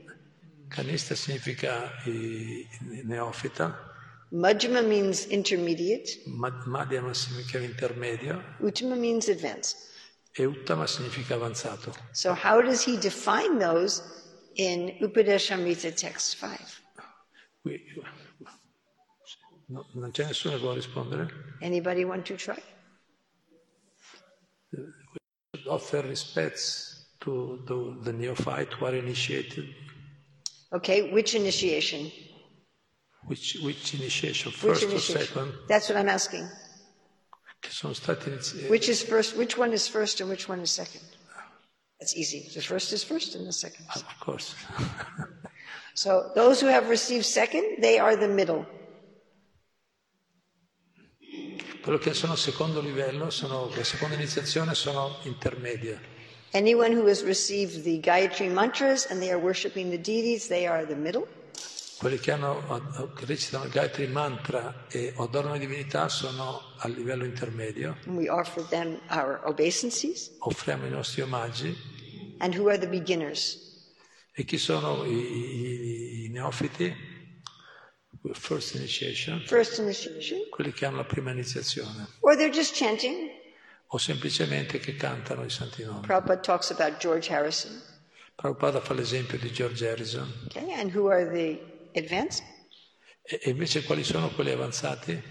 Canista significa i- i neofita, Majjhima means intermediate, ma- Madhyama significa intermedio. Uttama means advanced. E Uttama significa avanzato. So, how does he define those in Upadeshamrita text 5? Qui- no, non c'è nessuno che può rispondere? Anybody want to try? Offer respects to the, the neophyte who are initiated. Okay, which initiation? Which, which initiation? Which First or initiation? second? That's what I'm asking. Che sono stati iniziati. Which is first? Which one is first and which one is second? That's easy. The first is first and the second is eh, Of course. So those who have received second, they are the middle. Quello che sono secondo livello, sono, la seconda iniziazione sono intermedia. Anyone who has received the Gayatri mantras and they are worshiping the deities, they are the middle. Quelli che, hanno, che recitano il Gayatri Mantra e adorano la divinità sono a livello intermedio. And we offer them our obeisances. Offriamo i nostri omaggi And who are the beginners? E chi sono i, i- i neofiti? First initiation, First initiation. quelli che hanno la prima iniziazione, Or they're just chanting. o semplicemente che cantano i santi nomi. Prabhupada talks about George Harrison. Prabhupada fa l'esempio di George Harrison. Okay, and who are the advanced? E, e invece quali sono quelli avanzati?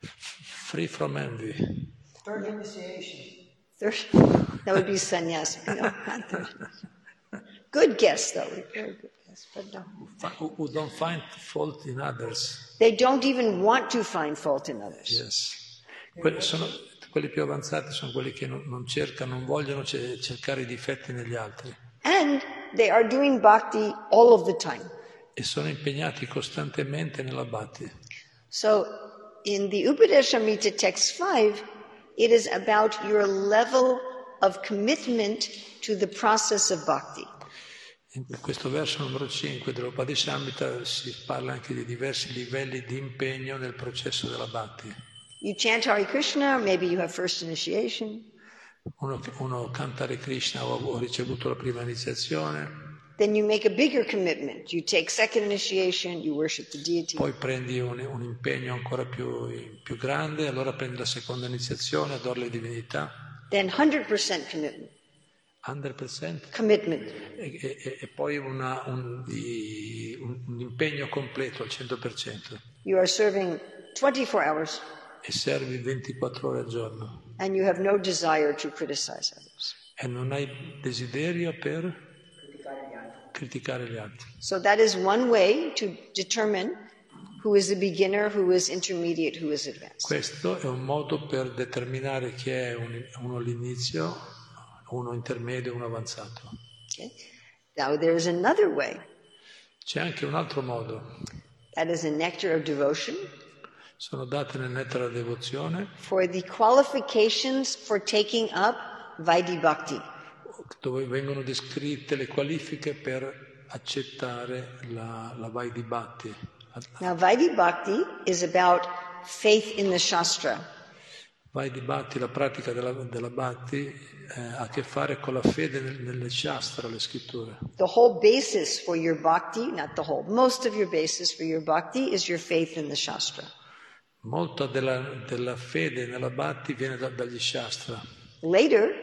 Free from envy. Third. That would be sannyas. No, not third. Good guess, though. Very good guess, but no. Fa- Who who don't find fault in others. They don't even want to find fault in others. Yes. Que- sono- quelli più avanzati sono quelli che non, non cercano, non vogliono ce- cercare i difetti negli altri. And they are doing bhakti all of the time. e sono impegnati costantemente nell'abbatti. So in the Upadeshamrita text 5, it is about your level of commitment to the process of bhakti. In questo verso numero 5 dell'Upadeshamita si parla anche di diversi livelli di impegno nel processo dell'abbatti. You chant Hare Krishna, maybe you have first initiation. Uno, uno canta Hare Krishna o ho ricevuto la prima iniziazione, Then you make a bigger commitment. You take second initiation, you worship the deity. poi prendi un, un impegno ancora più, più grande, allora prendi la seconda iniziazione, adori le divinità, Then 100% commitment. 100%, Commitment. e, e- e poi una- un, di- un- un impegno completo al 100%, You are serving 24 hours e servi 24 ore al giorno, and you have no desire to criticize others. e non hai desiderio per criticare gli altri. So that is one way to determine who is a beginner, who is intermediate, who is advanced. Questo è un modo per determinare chi è un- uno all'inizio, uno intermedio e uno avanzato. Okay? Now there is another way. C'è anche un altro modo, That is a nectar of devotion sono date nel nettare della devozione, for the qualifications for taking up Vaidhi Bhakti. dove vengono descritte le qualifiche per accettare la, la vai di batti. Now, Vaidhi Bhakti is about faith in the Shastra. Vai di batti, la pratica della, della bhakti, eh, ha a che fare con la fede nel- nelle shastra, le scritture. The whole basis for your bhakti, not the whole, most of your basis for your bhakti is your faith in the Shastra. Molta della, della fede nella bhakti viene da- dagli shastra. Later,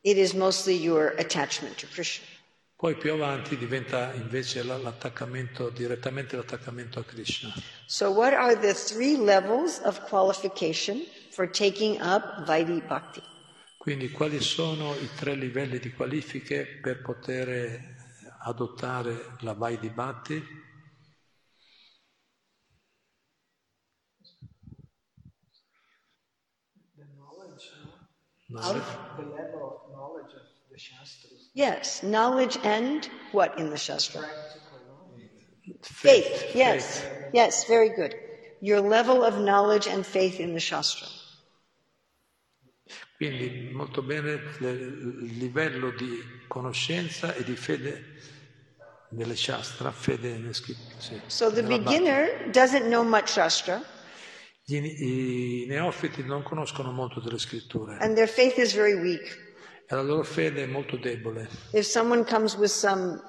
it is mostly your attachment to Krishna. Poi più avanti diventa invece la- l'attaccamento, direttamente l'attaccamento a Krishna. So, what are the three levels of qualification for taking up Vaidhi Bhakti? Quindi quali sono i tre livelli di qualifiche per poter adottare la vai di bhatti? Knowledge. Yes, knowledge and what in the Shastra? Faith. Faith, yes, yes, very good. Your level of knowledge and faith in the Shastra. Quindi molto bene le- il livello di conoscenza e di fede delle Shastra, fede nelle scritture. sì. So the Nella Bhagavad beginner doesn't know much Shastra, Gli- I neofiti non conoscono molto delle scritture and their faith is very weak. e la loro fede è molto debole. If someone comes with some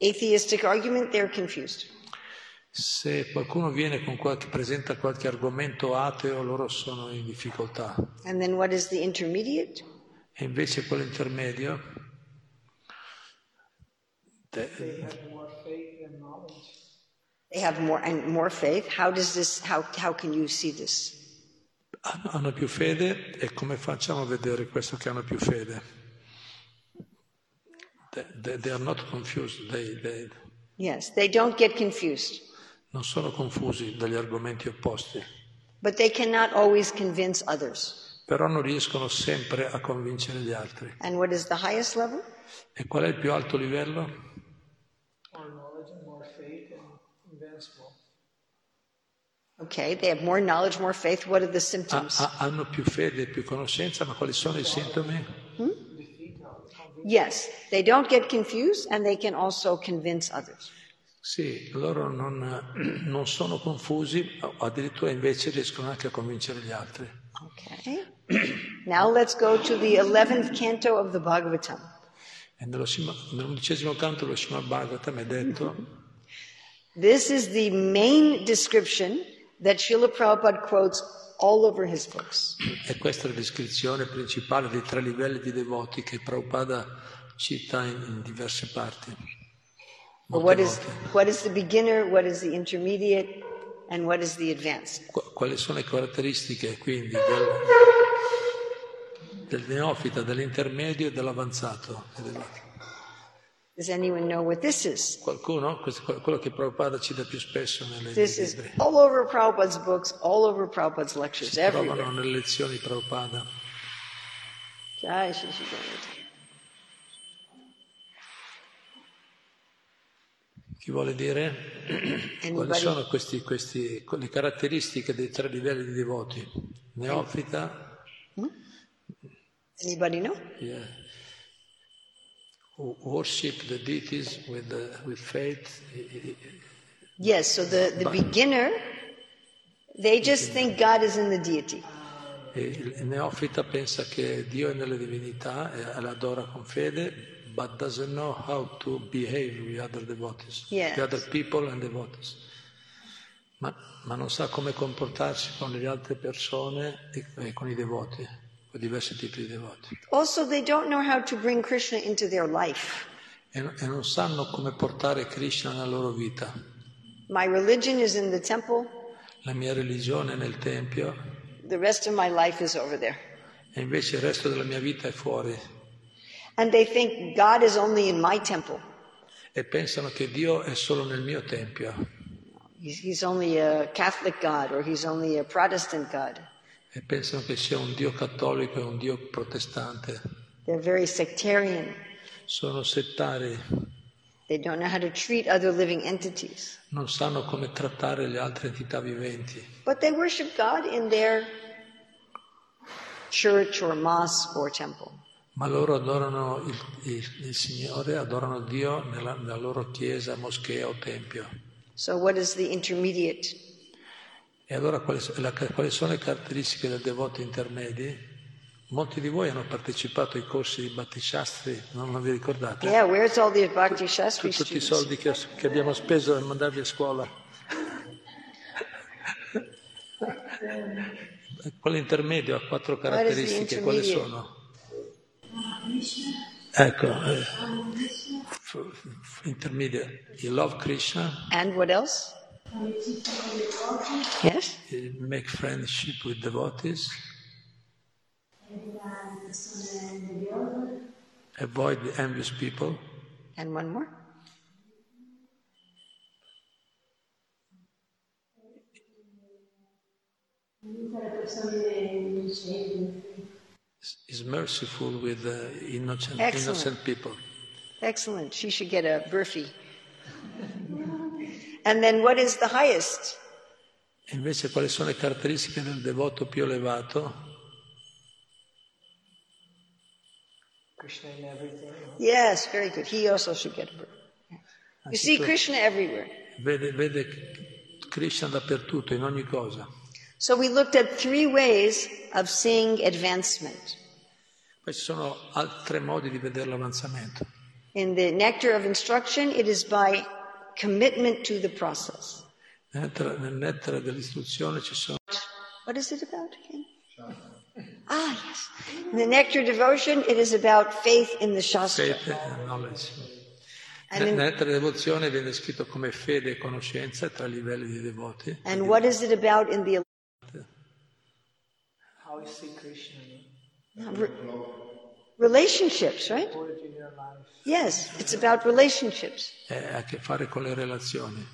atheistic argument, they're confused. Se qualcuno viene con qualche, presenta qualche argomento ateo, loro sono in difficoltà. And then what is the intermediate? E invece quello intermedio te- They have more and more faith. How does this? How how can you see this? hanno hanno più fede e come facciamo a vedere questo che hanno più fede? They, they- they are not confused, they- they- Yes, they don't get confused, non sono confusi dagli argomenti opposti. but they cannot always convince others. però non riescono sempre a convincere gli altri. And what is the highest level? E qual è il più alto livello? Okay, they have more knowledge, more faith. What are the Ha- symptoms? ha- hanno più fede, più conoscenza, ma quali sono i sintomi? Yes, they don't get confused, and they can also convince others. Sì, loro non, non sono confusi, addirittura invece riescono anche a convincere gli altri. Okay. now let's go to the 11th canto of the Bhagavatam. E nello Sima- nell'undicesimo canto dello Srimad Bhagavatam è detto, This is the main description that Srila Prabhupada quotes all over his books. e questa è la descrizione principale dei tre livelli di devoti che Prabhupada cita in, in diverse parti. Molte What is, volte. what is the beginner, what is the intermediate, and what is the advanced? Qu- Quali sono le caratteristiche quindi del, del neofita, dell'intermedio e dell'avanzato? E del- Does anyone know what this is? Qualcuno? Questo è quello che Prabhupada cita più spesso nelle This nei is libri. all over Prabhupada's books, all over Prabhupada's lectures, everywhere. Trovano nelle lezioni di Prabhupada. Jai Shri Shri Ganesha. Chi vuole dire? Quali Anybody? sono questi, questi, le caratteristiche dei tre livelli di devoti? Neofita, Anybody know? yeah, who worship the deities with, the- with faith, Yes, so the, the beginner, They just think God is in the deity. E il neofita pensa che Dio è nelle divinità e l'adora con fede, but doesn't know how to behave with other devotees, Yes. with other people and devotees. Ma, ma non sa come comportarsi con le altre persone e, e con i devoti, con diversi tipi di devoti. Also, they don't know how to bring Krishna into their life. E, e non sanno come portare Krishna nella loro vita. My religion is in the temple, La mia religione è nel Tempio the rest of my life is over there. e invece il resto della mia vita è fuori. And they think God is only in my temple. E pensano che Dio è solo nel mio Tempio. He's, he's only a Catholic God or he's only a Protestant God. e pensano che sia un Dio cattolico e un Dio protestante. They're very sectarian. Sono settari, They don't know how to treat other living entities. non sanno come trattare le altre entità viventi, But they worship God in their church or mosque or temple. ma loro adorano il, il- il Signore, adorano Dio nella, nella loro chiesa, moschea o tempio. So, what is the intermediate? E allora quali, so- la- quali sono le caratteristiche del devoto intermedi? Molti di voi hanno partecipato ai corsi di Battisciastri, non vi ricordate? Yeah, where's all the Bhakti Tu- Shastri Tutti i students? soldi che, che abbiamo speso per mandarvi a scuola. Quello intermedio ha quattro caratteristiche, quali intermedio? sono? Ecco, eh, f- f- intermedio, you love Krishna, And what else? Yes? you make friendship with devotees, avoid the envious people, And one more? is merciful with eh, innocent, Excellent. innocent people. Excellent. She should get a burfi. And then what is the highest? E Invece quali sono le caratteristiche del devoto più elevato? Yes, very good. He also should get a burfi. You see Krishna everywhere. Vede, vede Krishna dappertutto, in ogni cosa. So we looked at three ways of seeing advancement. Poi ci sono altri modi di vedere l'avanzamento. In the nectar of instruction, it is by commitment to the process. Nel nettare, nel nettare dell'istruzione ci sono... What is it about again? Ah, yes. In the nectar devotion, it is about faith in the Shastra. Fede e knowledge. And, Nel in, nettare devozione viene descritto come fede e conoscenza tra i livelli di devoti. and what is it about in the How you see Krishna re- relationships, right? put in your life. Yes, it's about relationships. Eh, Ha a che fare con le relazioni.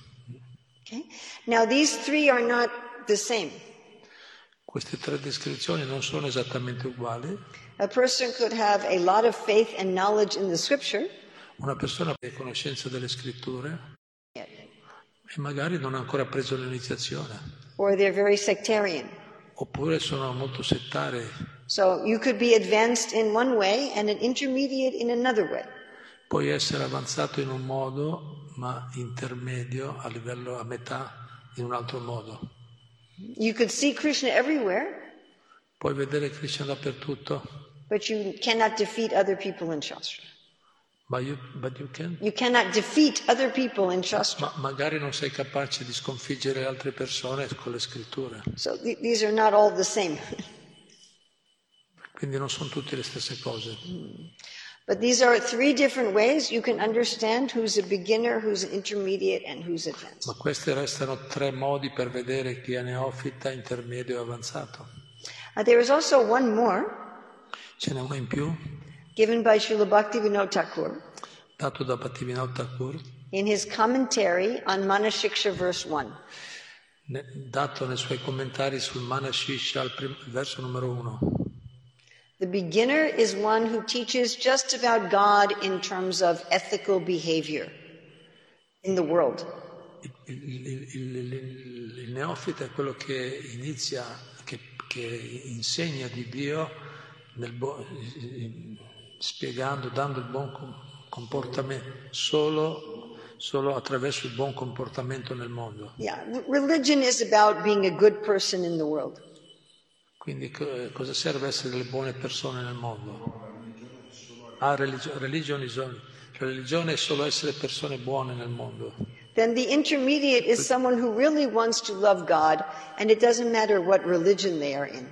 Okay. Now these three are not the same. Queste tre descrizioni non sono esattamente uguali. A person could have a lot of faith and knowledge in the scripture, Una persona che ha conoscenza delle scritture, yet- e magari non ha ancora preso l'iniziazione, or they're very sectarian. oppure sono molto settari, So you could be advanced in one way and an intermediate in another way. puoi essere avanzato in un modo, ma intermedio a livello a metà in un altro modo. You could see Krishna everywhere, Puoi vedere Krishna dappertutto, but you cannot defeat other people in Shastra. ma, you- but you can. You cannot defeat other people in Shastra. Ma magari non sei capace di sconfiggere altre persone con le scritture, So th- these are not all the same, quindi non sono tutte le stesse cose. but these are three different ways you can understand who's a beginner, who's an intermediate, and who's advanced. Ma questi restano tre modi per vedere chi è neofita, intermedio e avanzato. Uh, there is also one more Ce n'è uno in più, given by Srila Bhaktivinoda Thakur dato da Bhattivinoda Thakur, in his commentary on Manashiksha verse 1. Ne- dato nei suoi commentari sul Manashisha al prim- verso numero 1. The beginner is one who teaches just about God in terms of ethical behavior in the world. Il, il- il- il- il neofita è quello che inizia, che, che insegna di Dio nel bu- spiegando, dando il buon com- comportamento solo solo attraverso il buon comportamento nel mondo. Yeah, re- religion is about being a good person in the world. Quindi co- cosa serve essere delle buone persone nel mondo? Ah, religio- religione, la religione è solo essere persone buone nel mondo. Then the intermediate is someone who really wants to love God, and it doesn't matter what religion they are in.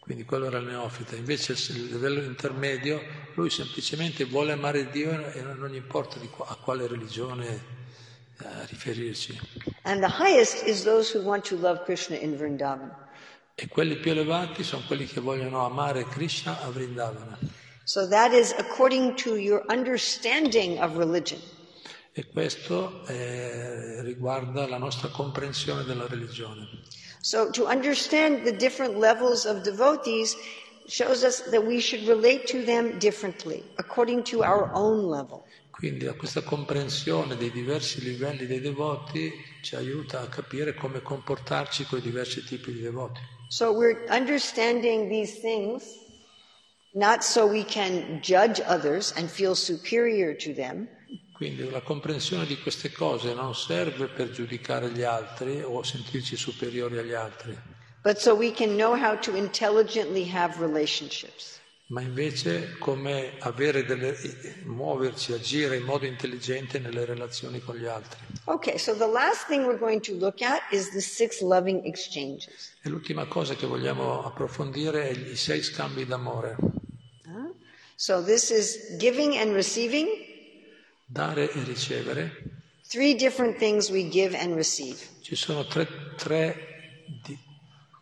Quindi quello era il neofita. Invece il livello intermedio, lui semplicemente vuole amare Dio e non non gli importa di qua- a quale religione eh, riferirsi. And the highest is those who want to love Krishna in Vrindavan. E quelli più elevati sono quelli che vogliono amare Krishna a Vrindavana. So that is according to your understanding of religion. E questo eh, riguarda la nostra comprensione della religione. So to understand the different levels of devotees shows us that we should relate to them differently, according to our own level. Quindi a questa comprensione dei diversi livelli dei devoti ci aiuta a capire come comportarci con i diversi tipi di devoti. So we're understanding these things not so we can judge others and feel superior to them, Quindi la comprensione di queste cose non serve per giudicare gli altri o sentirci superiori agli altri, but so we can know how to intelligently have relationships. ma invece come avere delle, muoverci, agire in modo intelligente nelle relazioni con gli altri. Okay, so the last thing we're going to look at is the six loving exchanges. E l'ultima cosa che vogliamo approfondire è i sei scambi d'amore, Huh? So this is giving and receiving, dare e ricevere. three different things we give and receive. Ci sono tre, tre di-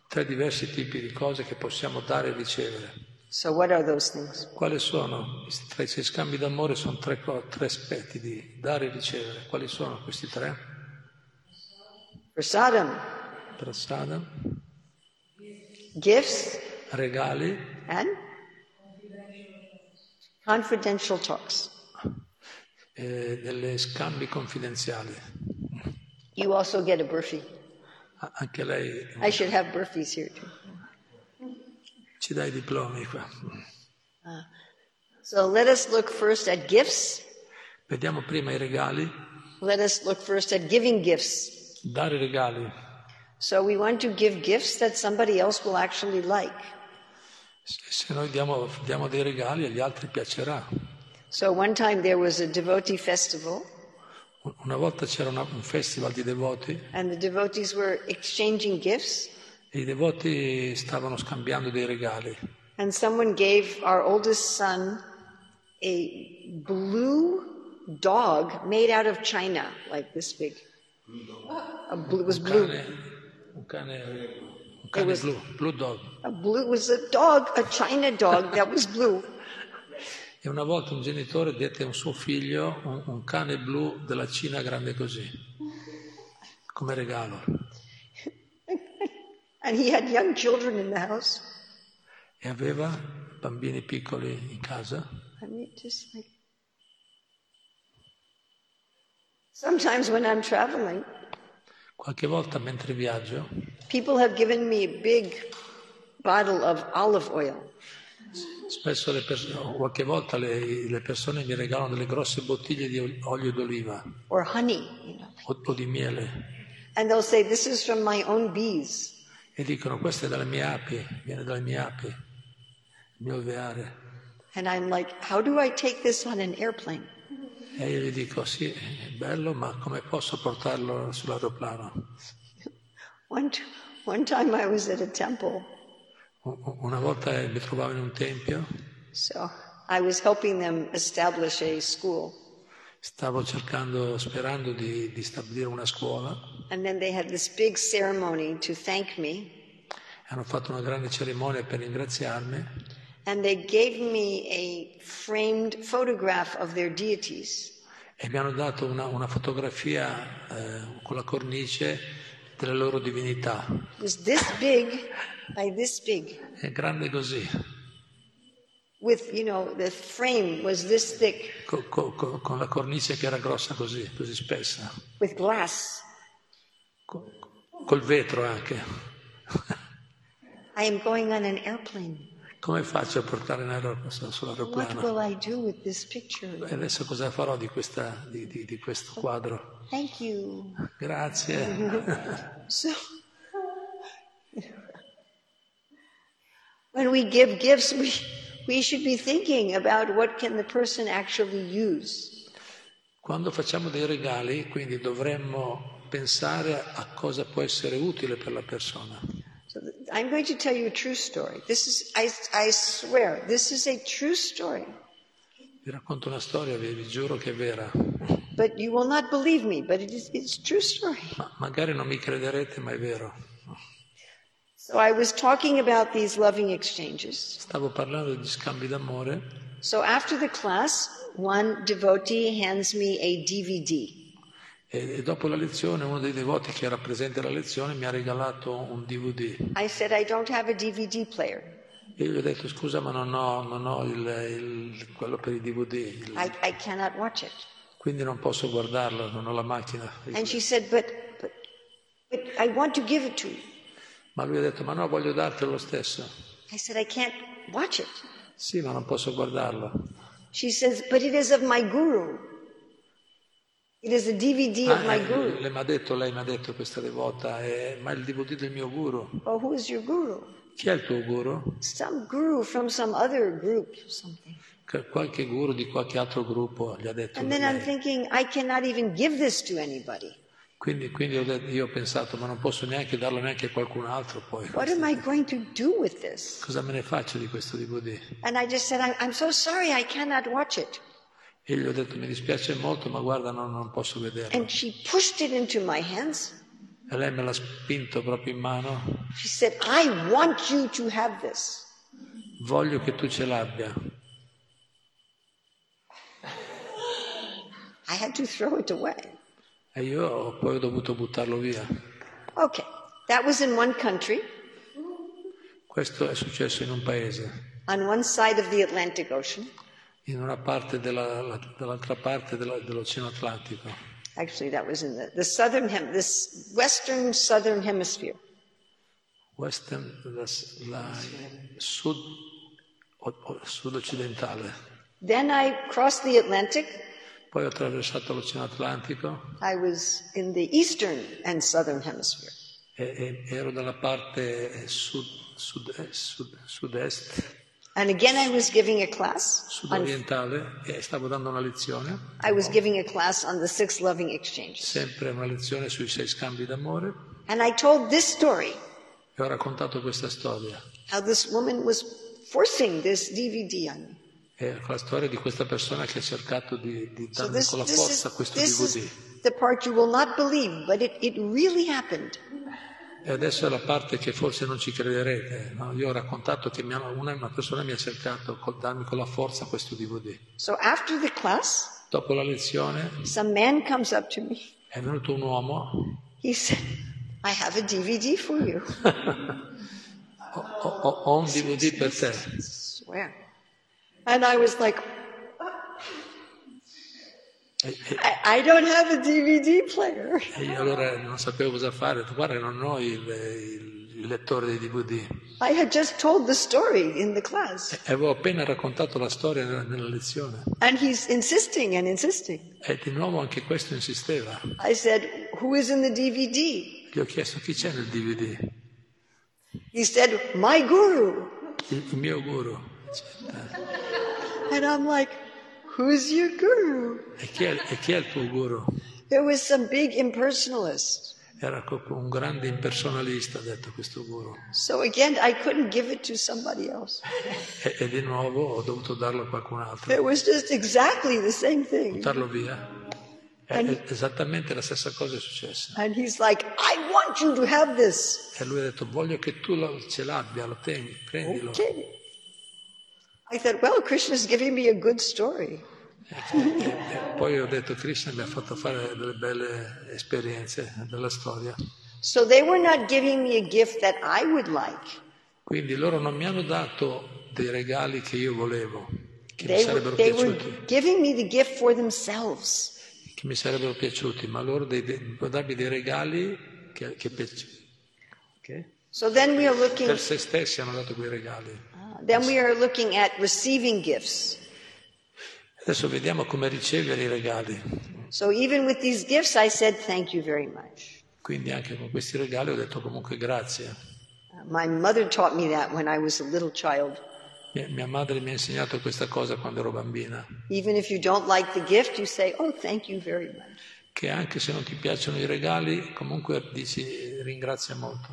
tre diversi tipi di cose che possiamo dare e ricevere. So what are those things? Quali sono? Tra i sei scambi d'amore sono tre, co- tre aspetti di dare e ricevere. Quali sono questi tre? Prasadam, Prasada, gifts, regali and confidential talks. e delle scambi confidenziali. You also get a burfi. A- Anche lei I should have burfis here too. ci dà i diplomi qua. So let us look first at gifts. Vediamo prima i regali. Let us look first at giving gifts. Dare regali. So we want to give gifts that somebody else will actually like. Se se noi diamo, diamo dei regali agli altri piacerà. So one time there was a devotee festival U- Una volta c'era una- un festival di devoti and the devotees were exchanging gifts e i devoti stavano scambiando dei regali. and someone gave our oldest son a blue dog made out of china like this big. A blue it was blue. Cane- un cane, un It cane was- blu, blue dog. A blue it was a dog, a china dog that was blue. E una volta un genitore dette a un suo figlio un, un cane blu della Cina grande così, come regalo. And he had young children in the house. E aveva bambini piccoli in casa. I mean, just like. Sometimes when I'm traveling, Qualche volta mentre viaggio people have given me a big bottle of olive oil. Spesso le pers- o qualche volta le, le persone mi regalano delle grosse bottiglie di ol- olio d'oliva Or honey, you know. o, o di miele And they'll say, This is from my own bees. e dicono questa è dalle mie api, viene dalle mie api, il mio oveare. And I'm like, How do I take this on an airplane? E io gli dico sì, è bello, ma come posso portarlo sull'aeroplano? One, t- one time I was at a temple, U- u- Una volta eh, mi trovavo in un tempio, so I was helping them establish a school. stavo cercando, sperando di, di stabilire una scuola, And then they had this big ceremony to thank me. hanno fatto una grande cerimonia per ringraziarmi And they gave me a framed photograph of their deities. e mi hanno dato una, una fotografia eh, con la cornice delle loro divinità. It was this big by this big, È grande così, with, you know, the frame was this thick co- co- co- con la cornice che era grossa così, così spessa, with glass. co- col vetro anche. I am going on an airplane. Come faccio a portare in aer- What sull'aeroplano? will I do with this picture? E adesso cosa farò di, questa- di- di- di questo quadro? Thank you. Grazie. So, when we give gifts, we, we should be thinking about what can the person actually use. Quando facciamo dei regali, quindi dovremmo pensare a cosa può essere utile per la persona. So th- I'm going to tell you a true story. This is, I, I swear, this is a true story. Vi racconto una storia, vi, vi giuro che è vera. But you will not believe me, but it is, it's a true story. Ma magari non mi crederete, ma è vero. So I was talking about these loving exchanges. Stavo parlando di scambi d'amore So after the class, one devotee hands me a DVD. e, e dopo la lezione uno dei devoti che era presente alla lezione mi ha regalato un DVD. I said, I don't have a DVD player. E io gli ho detto scusa ma non ho, non ho il- il- quello per i DVD, il- I, I cannot watch it. quindi non posso guardarlo, non ho la macchina. And she said, but, but, but I want to give it to you. Ma lui ha detto ma no voglio dartelo lo stesso. I said, I can't watch it. Sì ma non posso guardarlo. She says, but it is of my guru. It is a DVD of Ah, my eh, guru. le mi ha detto, lei mi ha detto questa devota, eh, ma il DVD del mio guru. Well, Oh, who is your guru? Chi è il tuo guru? Some guru from some other group, something. Che- Qualche guru di qualche altro gruppo gli ha detto. And then I'm lei. thinking, I cannot even give this to anybody. Quindi, quindi ho detto- io ho pensato, ma non posso neanche darlo neanche a qualcun altro poi. What am I going to do with this? Cosa me ne faccio di questo DVD? And I just said, I'm, I'm so sorry, I cannot watch it. E gli ho detto, mi dispiace molto, ma guarda, no, non posso vederlo. And she pushed it into my hands. E lei me l'ha spinto proprio in mano. She said, I want you to have this. Voglio che tu ce l'abbia. I had to throw it away. E io ho- poi ho dovuto buttarlo via. Okay, that was in one country Questo è successo in un paese, on one side of the Atlantic Ocean. in una parte della- la- dall'altra parte della- dell'Oceano Atlantico. Actually, that was in the, the southern hem, this western southern hemisphere. Western, la, la- sud, o- o- sud-occidentale. Then I crossed the Atlantic. Poi ho attraversato l'Oceano Atlantico I was in the eastern and southern hemisphere. e, e ero dalla parte sud, sud, eh, sud, sud-est, And again, I was giving a class. On, sud-orientale e stavo dando una lezione, I was giving a class on the six loving exchanges. sempre una lezione sui sei scambi d'amore And I told this story e ho raccontato questa storia. how this woman was forcing this DVD on me. È la storia di questa persona che ha cercato di, di So darmi this, con la this forza is, questo this DVD. is the part you will not believe, but it, it really happened. E adesso è la parte che forse non ci crederete. no? Io ho raccontato che mi hanno- una, una persona mi ha cercato di darmi con la forza questo DVD. So after the class, Dopo la lezione some man comes up to me. è venuto un uomo, He said, I have a DVD for you. ho, ho- ho- ho un DVD per te. Swear. And I was like, E, e- I, I don't have a DVD player. e io allora non sapevo cosa fare, ho detto guarda non ho il, il- il lettore dei DVD. I had just told the story in the class. E avevo appena raccontato la storia nella, nella lezione. And he's insisting and insisting. E di nuovo anche questo insisteva. I said, Who is in the DVD? Gli ho chiesto chi c'è nel DVD. He said, My guru. Il, il mio guru. And I'm like, Who's your guru? E chi, è, e chi è il tuo guru? There was some big impersonalist. Era proprio un grande impersonalista, ha detto questo guru. So again, I couldn't give it to somebody else. E, e di nuovo ho dovuto darlo a qualcun altro, It was just exactly the same thing. buttarlo via. E- e- esattamente la stessa cosa è successa. And he's like, I want you to have this. E lui ha detto, voglio che tu lo- ce l'abbia, lo tieni, prendilo. Okay. I thought, well, Krishna's giving me a good story. E poi ho detto, Krishna mi ha fatto fare delle belle esperienze della storia. So they were not giving me a gift that I would like. Quindi loro non mi hanno dato dei regali che io volevo, che They mi were, sarebbero they were piaciuti. giving me the gift for themselves. che mi sarebbero piaciuti, ma loro dei, dei- può darmi dei regali che, che piac- che So then we are looking, per se stessi hanno dato quei regali. ah, Then we are looking at receiving gifts. Adesso vediamo come ricevere i regali. So even with these gifts, I said thank you very much. Quindi anche con questi regali ho detto comunque grazie. Uh, My mother taught me that when I was a little child. Mia- Mia madre mi ha insegnato questa cosa quando ero bambina, Even if you don't like the gift, you say, oh, thank you very much. che anche se non ti piacciono i regali, comunque dici eh, ringrazia molto.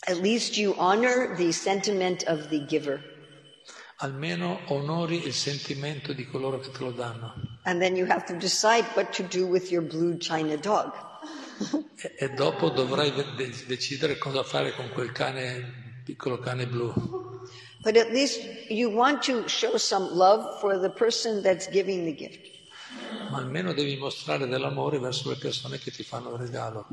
At least you honor the sentiment of the giver. Almeno onori il sentimento di coloro che te lo danno. And then you have to decide what to do with your blue china dog. E, e dopo dovrai de- de- decidere cosa fare con quel cane, piccolo cane blu. But at least you want to show some love for the person that's giving the gift. Ma almeno devi mostrare dell'amore verso le persone che ti fanno il regalo.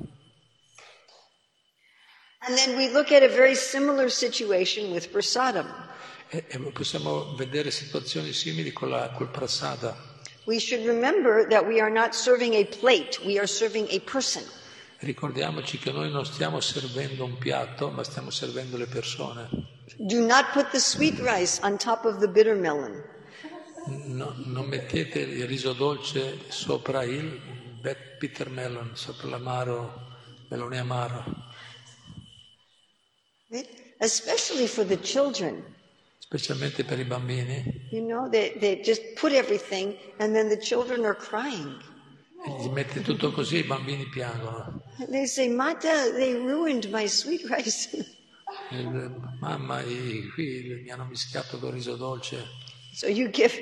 And then we look at a very similar situation with prasadam. E, e possiamo vedere situazioni simili con la, col prasada. We should remember that we are not serving a plate, we are serving a person. Ricordiamoci che noi non stiamo servendo un piatto, ma stiamo servendo le persone. Do not put the sweet rice on top of the bitter melon. No- non mettete il riso dolce sopra il bad bitter melon, sopra l'amaro, melone amaro, Right? Especially for the children. specialmente per i bambini. You know, they, they just put everything and then the children are crying. Gli metti tutto così e i bambini piangono. And they say, Mata, they ruined my sweet rice. Il- Eh, Mamma, i- qui mi hanno mischiato col riso dolce. so you give,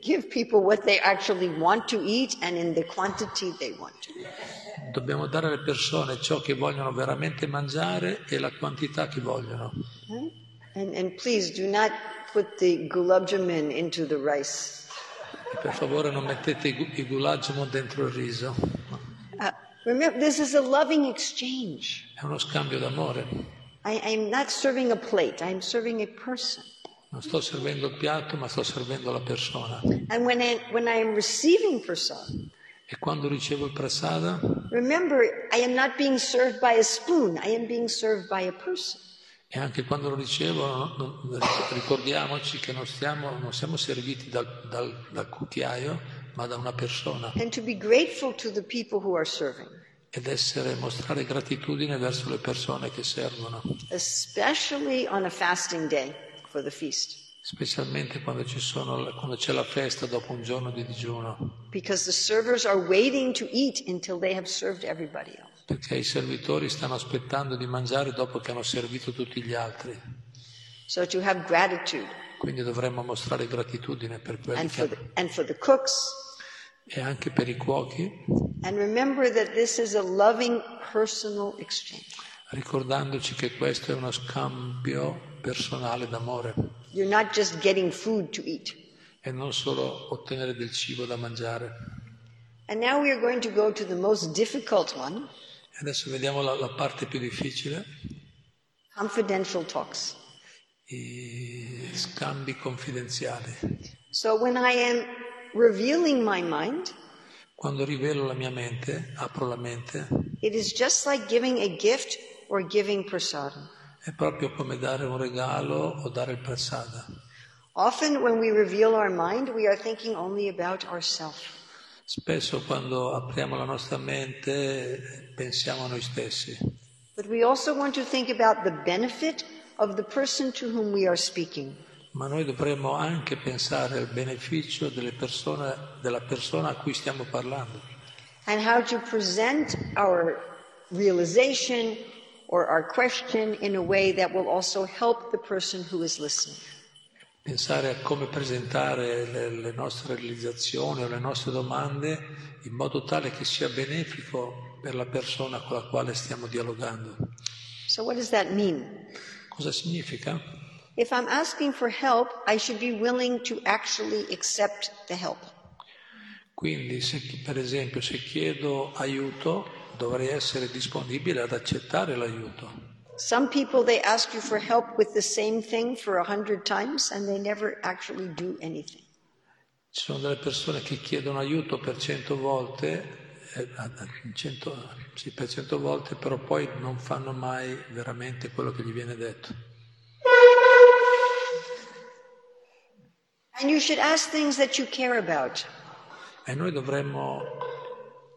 give people what they actually want to eat and in the quantity they want to. eat. Dobbiamo dare alle persone ciò che vogliono veramente mangiare e la quantità che vogliono. Right? And, and please do not put the gulab jamun into the rice. E per favore non mettete i gu- i gulagimo dentro il riso. Uh, remember, this is a loving exchange. È uno scambio d'amore. I, I'm not serving a plate, I'm serving a person. Non sto servendo il piatto, ma sto servendo la persona. And when I, when I am receiving prasad, E quando ricevo il prasada, remember, I am not being served by a spoon, I am being served by a person. e anche quando lo ricevo, no- no- ricordiamoci che non, stiamo- non siamo serviti dal, dal- dal cucchiaio, ma da una persona. And to be grateful to the people who are serving, Ed essere, mostrare gratitudine verso le persone che servono, especially on a fasting day for the feast, specialmente quando, ci sono- quando c'è la festa dopo un giorno di digiuno, because the servers are waiting to eat until they have served everybody else. perché i servitori stanno aspettando di mangiare dopo che hanno servito tutti gli altri. So to have gratitude Quindi dovremmo mostrare gratitudine per quelli and for che the, and for the cooks e anche per i cuochi, And remember that this is a loving personal exchange. ricordandoci che questo è uno scambio personale d'amore You're not just getting food to eat. e non solo ottenere del cibo da mangiare. And now we are going to go to the most difficult one Adesso vediamo la, la parte più difficile, confidential talks. i scambi confidenziali. So when I am revealing my mind, Quando rivelo la mia mente, apro la mente, it is just like giving a gift or giving prasadam. è proprio come dare un regalo o dare il prasada. Often when we reveal our mind, we are thinking only about ourselves. Spesso quando apriamo la nostra mente pensiamo a noi stessi, But we also want to think about the benefit of the person to whom we are speaking. Ma noi dovremmo anche pensare al beneficio delle persone- della persona a cui stiamo parlando and how to present our realization or our question in a way that will also help the person who is listening. pensare a come presentare le, le nostre realizzazioni o le nostre domande in modo tale che sia benefico per la persona con la quale stiamo dialogando. So, what does that mean? Cosa significa? If I'm asking for help, I should be willing to actually accept the help. Quindi, se chi- per esempio, se chiedo aiuto, dovrei essere disponibile ad accettare l'aiuto. Some people, they ask you for help with the same thing for a hundred times and they never actually do anything. Ci sono delle persone che chiedono aiuto per cento volte, eh, a- a- cento- sì, per cento volte, però poi non fanno mai veramente quello che gli viene detto. And you should ask things that you care about. E noi dovremmo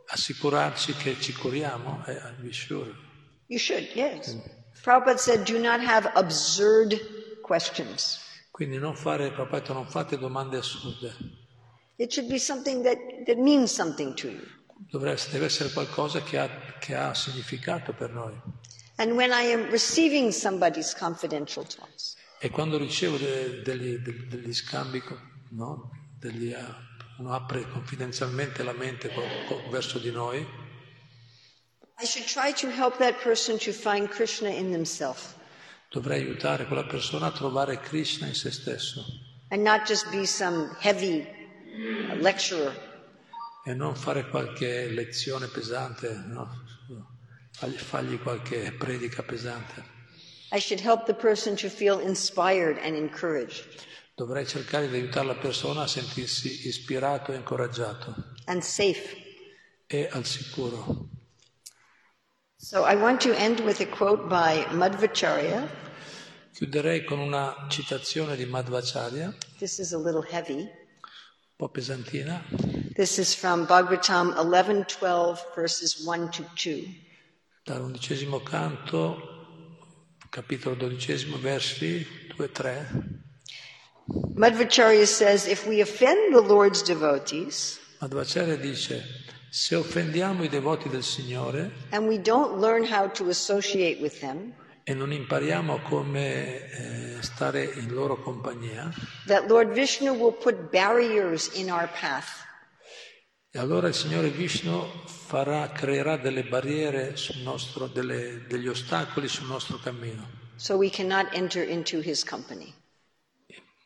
assicurarci che ci curiamo, eh, I'll be sure. You should, yes. Prabhupada said, do not have absurd questions. Quindi non fare, papà, non fate domande assurde. It should be something that, that means something to you. Dovreste- deve essere qualcosa che ha, che ha significato per noi. And when I am receiving somebody's confidential talks, E quando ricevo de- degli, de- degli scambi, no? Degli, eh, uno apre confidenzialmente la mente co- co- verso di noi, I should try to help that person to find Krishna in themselves dovrei aiutare quella persona a trovare Krishna in se stesso and not just be some heavy uh, lecturer. e non fare qualche lezione pesante, no? Fagli- fargli qualche predica pesante. I should help the person to feel inspired and encouraged Dovrei cercare di aiutare la persona a sentirsi ispirato e incoraggiato and safe. e al sicuro. So I want to end with a quote by Madhvacharya. Chiuderei con una citazione di Madhvacharya, un This is a little heavy. po' pesantina, This is from Bhagavatam 11:12 verses 1 to 2. dall'undicesimo canto, capitolo dodicesimo, versi 2-3. Madhvacharya says, if we offend the Lord's devotees Madhvacharya dice, se offendiamo i devoti del Signore and we don't learn how to associate with them, e non impariamo come eh, stare in loro compagnia, that Lord Vishnu will put barriers in our path E allora il Signore Vishnu farà, creerà delle barriere sul nostro, delle- degli ostacoli sul nostro cammino so we cannot enter into his company.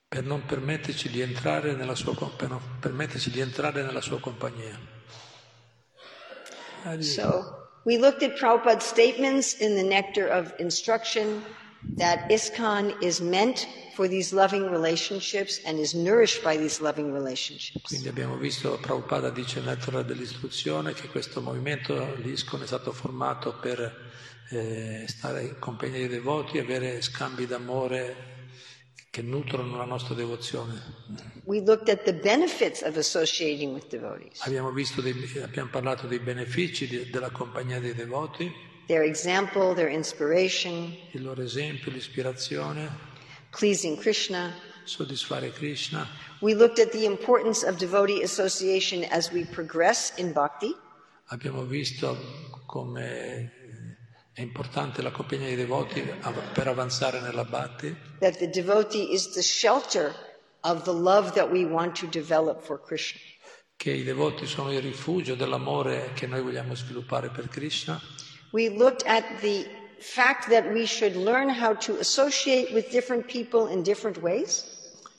per non permetterci di entrare nella sua, com- per non permetterci di entrare nella sua compagnia. Hari. So we looked at Prabhupada's statements in the Nectar of Instruction that ISKCON is meant for these loving relationships and is nourished by these loving relationships. Quindi abbiamo visto, Prabhupada dice nella Torah dell'istruzione che questo movimento, l'ISCON, è stato formato per eh, stare in compagnia dei devoti e avere scambi d'amore che nutrono la nostra devozione. We looked at the benefits of associating with devotees, Abbiamo, visto dei- abbiamo parlato dei benefici di- della compagnia dei devoti, their example, their inspiration, il loro esempio, l'ispirazione, pleasing Krishna. soddisfare Krishna. We looked at the importance of devotee association as we progress in bhakti. Abbiamo visto come è importante la compagnia dei devoti av- per avanzare nella Bhakti, that the devotee is the shelter of the love that we want to develop for Krishna. che i devoti sono il rifugio dell'amore che noi vogliamo sviluppare per Krishna. We looked at the fact that we should learn how to associate with different people in different ways,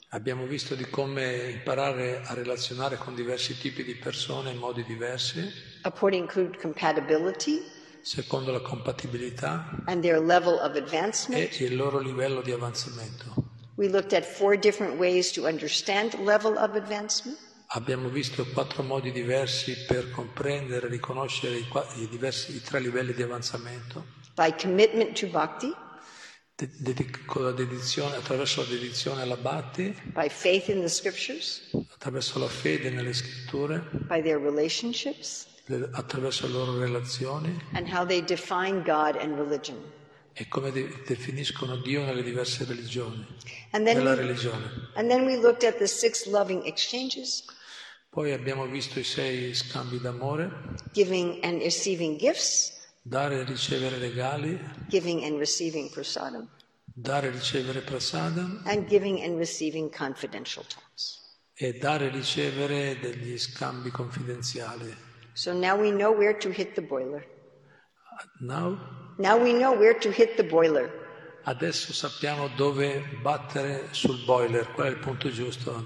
Abbiamo visto di come imparare a relazionare con diversi tipi di persone in modi diversi, according to compatibility secondo la compatibilità, and their level of e advancement. il loro livello di avanzamento. We looked at four different ways to understand level of advancement. Abbiamo visto quattro modi diversi per comprendere e riconoscere i, qua- i diversi, i tre livelli di avanzamento, By commitment to bhakti, de- dedi- con la dedizione- attraverso la dedizione alla Bhatti, by faith in the scriptures, attraverso la fede nelle scritture, by their relationships, le- attraverso le loro relazioni and how they define God and religion. e come de- definiscono Dio nelle diverse religioni, And then nella we religione. And then we looked at the six loving exchanges, Poi abbiamo visto i sei scambi d'amore, giving and receiving gifts, dare e ricevere regali, giving and receiving prasadam, dare e ricevere prasadam, and giving and receiving confidential talks. e dare e ricevere degli scambi confidenziali. So now we know where to hit the boiler. Now, Now we know where to hit the boiler. adesso sappiamo dove battere sul boiler, qual è il punto giusto.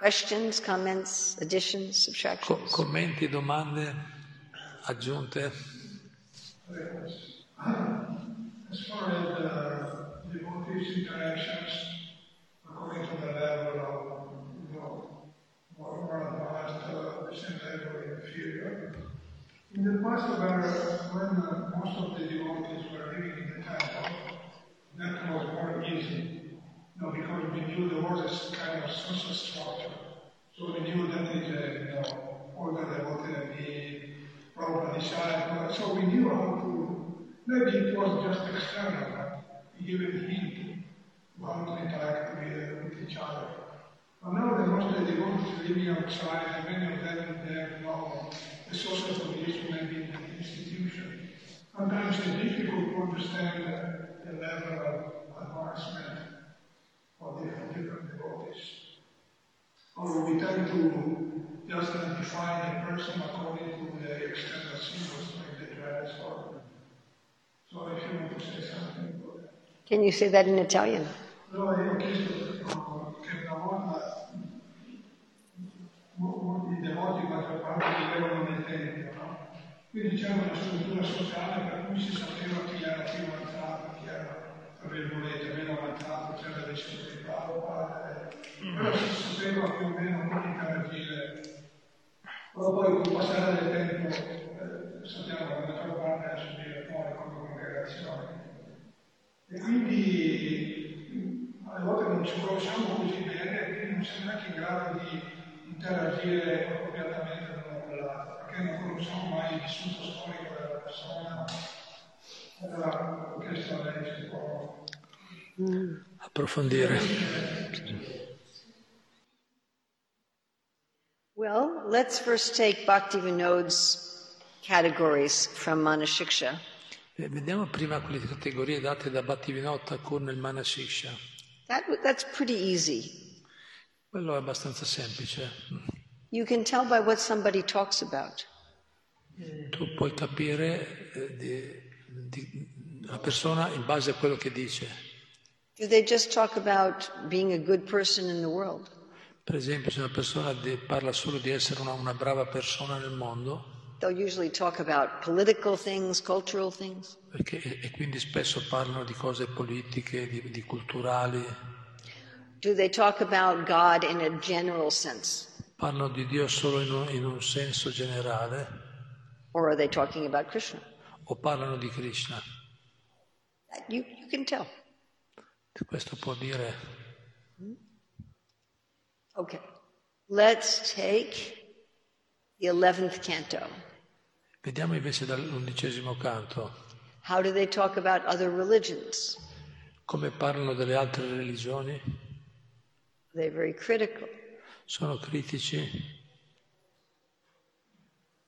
Questions, comments, additions, Co- subtractions. commenti, domande, aggiunte? As far as uh, devotees' interactions, according to the level of, you know, more, more advanced, uh, same level inferior. In the past, where, when uh, most of the devotees were living in the temple, that was more easy. No, because we knew there was this kind of social structure. So we knew that is a, you know, order that wanted to be Prabhupada decided. So we knew how to, maybe it was just external, but giving hint how to interact with, with each other. But now there most of the devotees living outside, and many of them, they have no the social condition maybe in the institution. Sometimes it's difficult to understand the, the level of advancement or different, different devotees. Or we tend to just define a person according to the external symbols like the dress or. So if you want to say something, go ahead. Can you say that in Italian? No, io ho chiesto che una volta mo- mo- i devoti quando parte vivevano nel tempio, no? Quindi c'era una struttura sociale per cui si sapeva chi era più avanzato, chi era, tra virgolette, meno avanzato, c'era le scelte di Prabhupada, eh. però si sapeva più o meno come interagire. Però poi col passare del tempo eh, sappiamo che la Prabhupada è subire fuori come congregazione. E quindi mh, alle volte non ci conosciamo così bene e quindi non siamo neanche in grado di interagire appropriatamente l'uno con l'altro, perché non conosciamo mai il vissuto storico della persona. Allora, questo è un po'. approfondire. Well, let's first take Bhakti Vinod's categories from Manashiksha. Eh, vediamo prima quelle categorie date da Bhattivinoda con il Manasiksha. That, w- that's pretty easy. Quello è abbastanza semplice. You can tell by what somebody talks about. Tu puoi capire eh, di- di- la persona in base a quello che dice. Do they just talk about being a good person in the world? Per esempio, se una persona de- parla solo di essere una, una brava persona nel mondo, They'll usually talk about political things, cultural things. perché- e, e quindi spesso parlano di cose politiche, di, di culturali, Do they talk about God in a general sense? parlano di Dio solo in un, in un senso generale Or are they talking about Krishna? o parlano di Krishna. That You, you can tell. Questo può dire Okay. Let's take the 11th canto. Vediamo invece dall'undicesimo canto How do they talk about other religions? come parlano delle altre religioni. Are they very critical? Sono critici.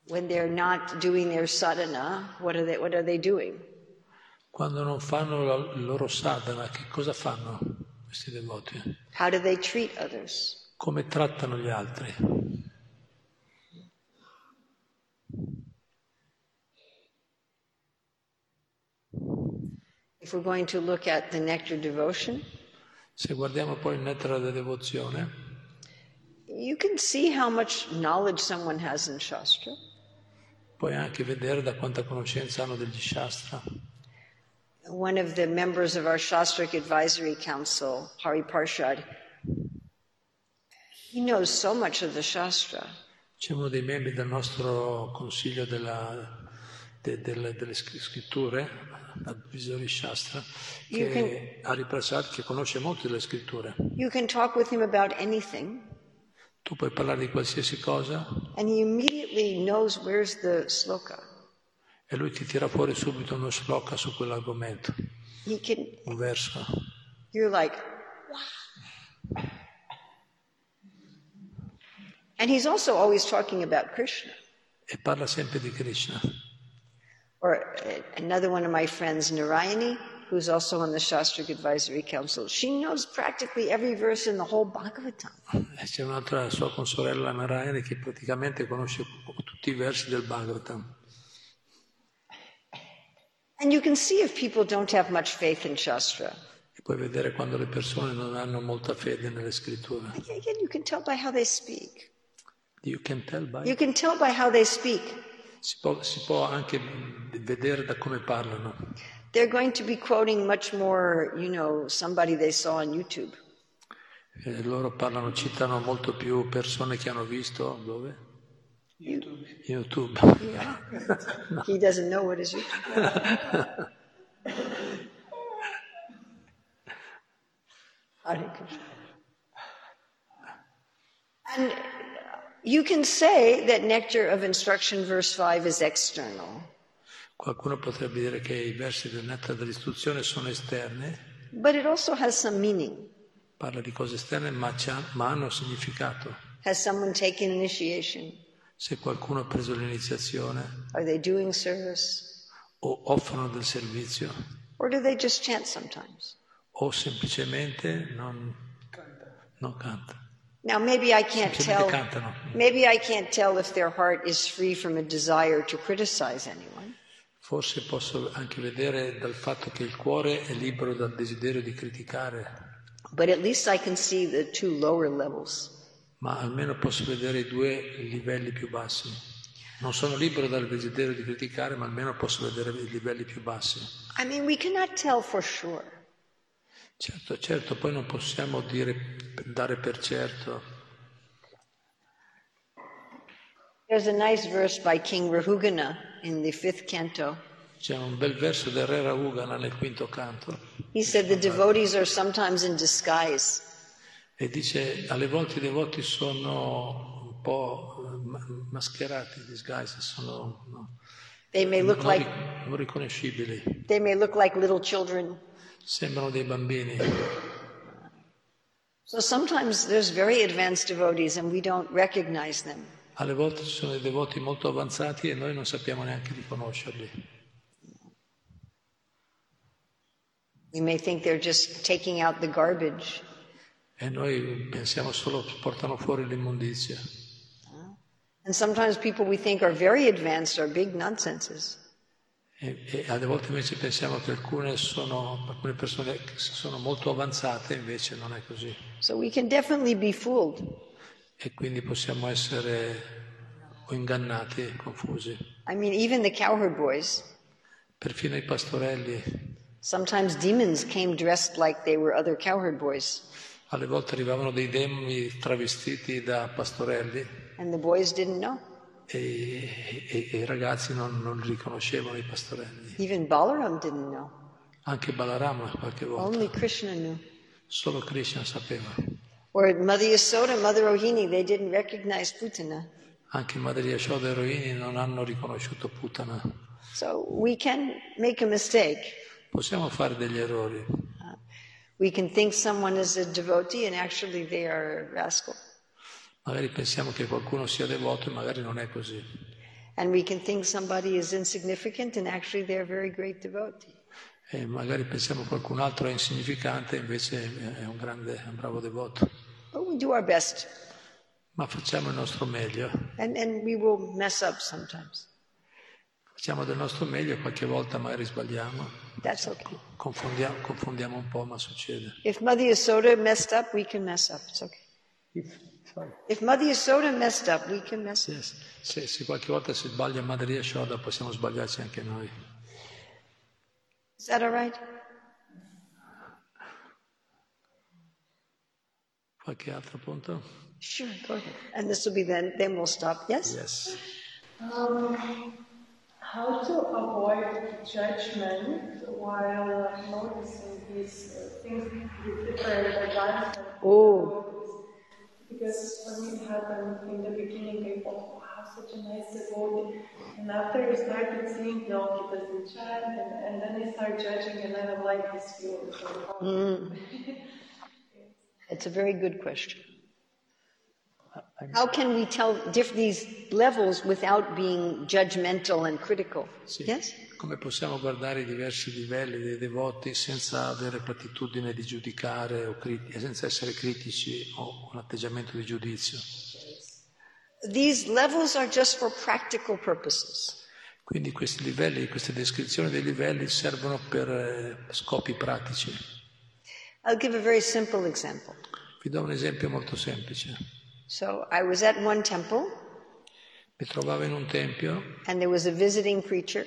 When they're not doing their sadhana, what are they, what are they doing? Quando non fanno la, il loro sadhana, che cosa fanno questi devoti? How do they treat others? Come trattano gli altri? If we're going to look at the nectar devotion, Se guardiamo poi il nettare della devozione, you can see how much knowledge someone has in Shastra. puoi anche vedere da quanta conoscenza hanno degli Shastra. One of the members of our Shastric Advisory Council, Hari Parshad, he knows so much of the Shastra. C'è uno dei membri del nostro consiglio della- de- delle, delle scr- scritture, Advisory Shastra, che ha ripresato, che conosce molto delle scritture. You can talk with him about anything, Tu puoi parlare di qualsiasi cosa and he immediately knows where's the sloka. e lui ti tira fuori subito uno sloka su quell'argomento, He can, un verso. you're like, wow. And he's also always talking about Krishna. E parla sempre di Krishna. or uh, another one of my friends, Narayani, who's also on the Shastric Advisory Council. She knows practically every verse in the whole Bhagavatam. E c'è un'altra sua consorella Narayana che praticamente conosce tutti i versi del Bhagavatam. And you can see if people don't have much faith in Shastra. E puoi vedere quando le persone non hanno molta fede nelle scritture. Again, again, you can tell by how they speak. You can tell by- You can tell by how they speak. Si può, si può anche vedere da come parlano. They're going to be quoting much more, you know, somebody they saw on YouTube. Eh, loro parlano, citano molto più persone che hanno visto dove? YouTube. He doesn't know what is YouTube. Hare Krishna. And you can say that nectar of instruction, verse 5, is external. Qualcuno potrebbe dire che i versi del Netta dell'istruzione sono esterni, But it also has some meaning. parla di cose esterne ma, c'ha- ma hanno significato. Has someone taken initiation? Se qualcuno ha preso l'iniziazione Are they doing service? o offrono del servizio Or do they just chant sometimes? o semplicemente non, non canta. Now, maybe I can't Semplicemente tell. cantano. Maybe I can't tell if their heart is free from a desire to criticize anyone. Forse posso anche vedere dal fatto che il cuore è libero dal desiderio di criticare, But at least I can see the two lower levels. ma almeno posso vedere i due livelli più bassi. Non sono libero dal desiderio di criticare, ma almeno posso vedere i livelli più bassi. I mean, we cannot tell for sure, Certo, certo, poi non possiamo dire, dare per certo. There's a nice verse by King Rahugana in the fifth canto. C'è un bel verso del Re Raugana nel quinto canto He said the devotees are sometimes in disguise. e dice alle volte i devoti sono un po' eh, ma- mascherati, disguised, sono no, They may look non like ri- non riconoscibili. they may look like little children. Sembrano dei bambini. So sometimes there's very advanced devotees and we don't recognize them. Alle volte ci sono dei devoti molto avanzati e noi non sappiamo neanche di conoscerli. We may think they're just taking out the garbage. E noi pensiamo solo che portano fuori l'immondizia. And sometimes people we think are very advanced are big nonsenses. E, e alle volte invece pensiamo che alcune, sono, alcune persone che sono molto avanzate, invece non è così. So we can definitely be fooled. E quindi possiamo essere o ingannati e confusi. I mean, even the cowherd boys, Perfino i pastorelli, sometimes demons came dressed like they were other cowherd boys, alle volte arrivavano dei demoni travestiti da pastorelli and the boys didn't know. e, e- e i ragazzi non, non li riconoscevano i pastorelli. Even Balaram didn't know. Anche Balarama qualche volta, Only Krishna knew. solo Krishna sapeva. Or Mother Yasoda, Mother Rohini, they didn't recognize Putana. Anche Madre Yashoda e Rohini non hanno riconosciuto Putana. So we can make a mistake. Possiamo fare degli errori, We can think someone is a devotee and actually they are a rascal. magari pensiamo che qualcuno sia devoto e magari non è così. And we can think somebody is insignificant and actually they're a very great devotee. E magari pensiamo che qualcun altro è insignificante e invece è un grande, è un bravo devoto. But we do our best Ma facciamo il nostro meglio, and, and we will mess up sometimes. facciamo del nostro meglio e qualche volta magari sbagliamo, That's okay. confondiamo, confondiamo un po', ma succede. If Mother Yasoda messed up, we can mess up. It's okay. If Mother Yasoda messed up, we can mess up. Se, se- se qualche volta si sbaglia Madre Yashoda possiamo sbagliarci anche noi. Is that all right? Qualche altro punto? Sure, go ahead. And this will be then, then we'll stop. Yes? Yes. Um, how to avoid judgment while noticing these uh, things with different advice? Oh. Because for me it happened in the beginning, I thought, wow, such a nice devotee. And after I started seeing, no, he doesn't chant, and, and then I start judging, and I don't like this feeling. So, how It's a very good question. How can we tell diff- these levels without being judgmental and critical? Sì. Yes? Come possiamo guardare i diversi livelli dei devoti senza avere l'attitudine di giudicare o cri- e senza essere critici o un atteggiamento di giudizio? These levels are just for practical purposes. Quindi questi livelli, queste descrizioni dei livelli servono per eh, scopi pratici. I'll give a very simple example. Vi do un esempio molto semplice. So I was at one temple Mi trovavo in un tempio and there was a visiting preacher.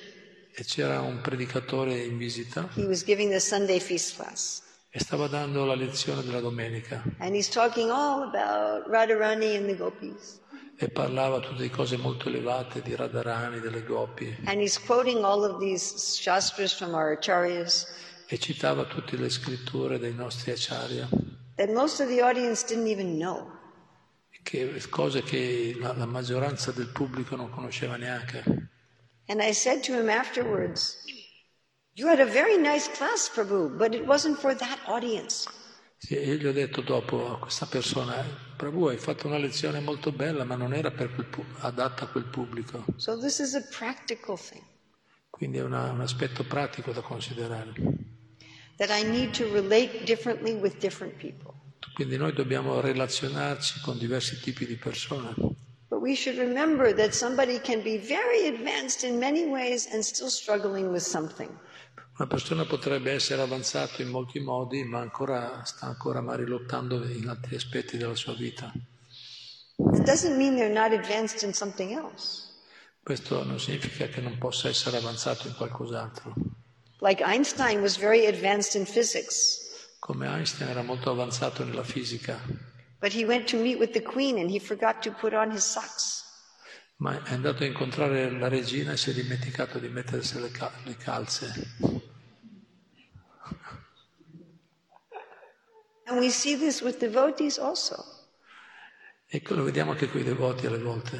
e c'era un predicatore in visita He was giving the Sunday feast class. e stava dando la lezione della domenica And he's talking all about Radharani and the gopis. e parlava tutte di cose molto elevate, di Radharani, delle gopi And he's quoting all of these shastras from our acharyas. e citava tutte le scritture dei nostri acharya that most of the audience didn't even know. che- cose che la, la maggioranza del pubblico non conosceva neanche. And I said to him afterwards, You had a very nice class, Prabhu, but it wasn't for that audience. Sì, E gli ho detto dopo a questa persona, Prabhu hai fatto una lezione molto bella ma non era per quel pu- adatta a quel pubblico, So this is a practical thing quindi è una- un aspetto pratico da considerare. that I need to relate differently with different people. Quindi noi dobbiamo relazionarci con diversi tipi di persone, But we should remember that somebody can be very advanced in many ways and still struggling with something. una persona potrebbe essere avanzata in molti modi ma ancora, sta ancora magari lottando in altri aspetti della sua vita. It doesn't mean they're not advanced in something else. Questo non significa che non possa essere avanzato in qualcos'altro. Like Einstein was very advanced in physics, Come Einstein era molto avanzato nella fisica, but he went to meet with the queen and he forgot to put on his socks. ma è andato a incontrare la regina e si è dimenticato di mettersi le, cal- le calze. And we see this with devotees also. Ecco, lo vediamo anche con i devoti alle volte.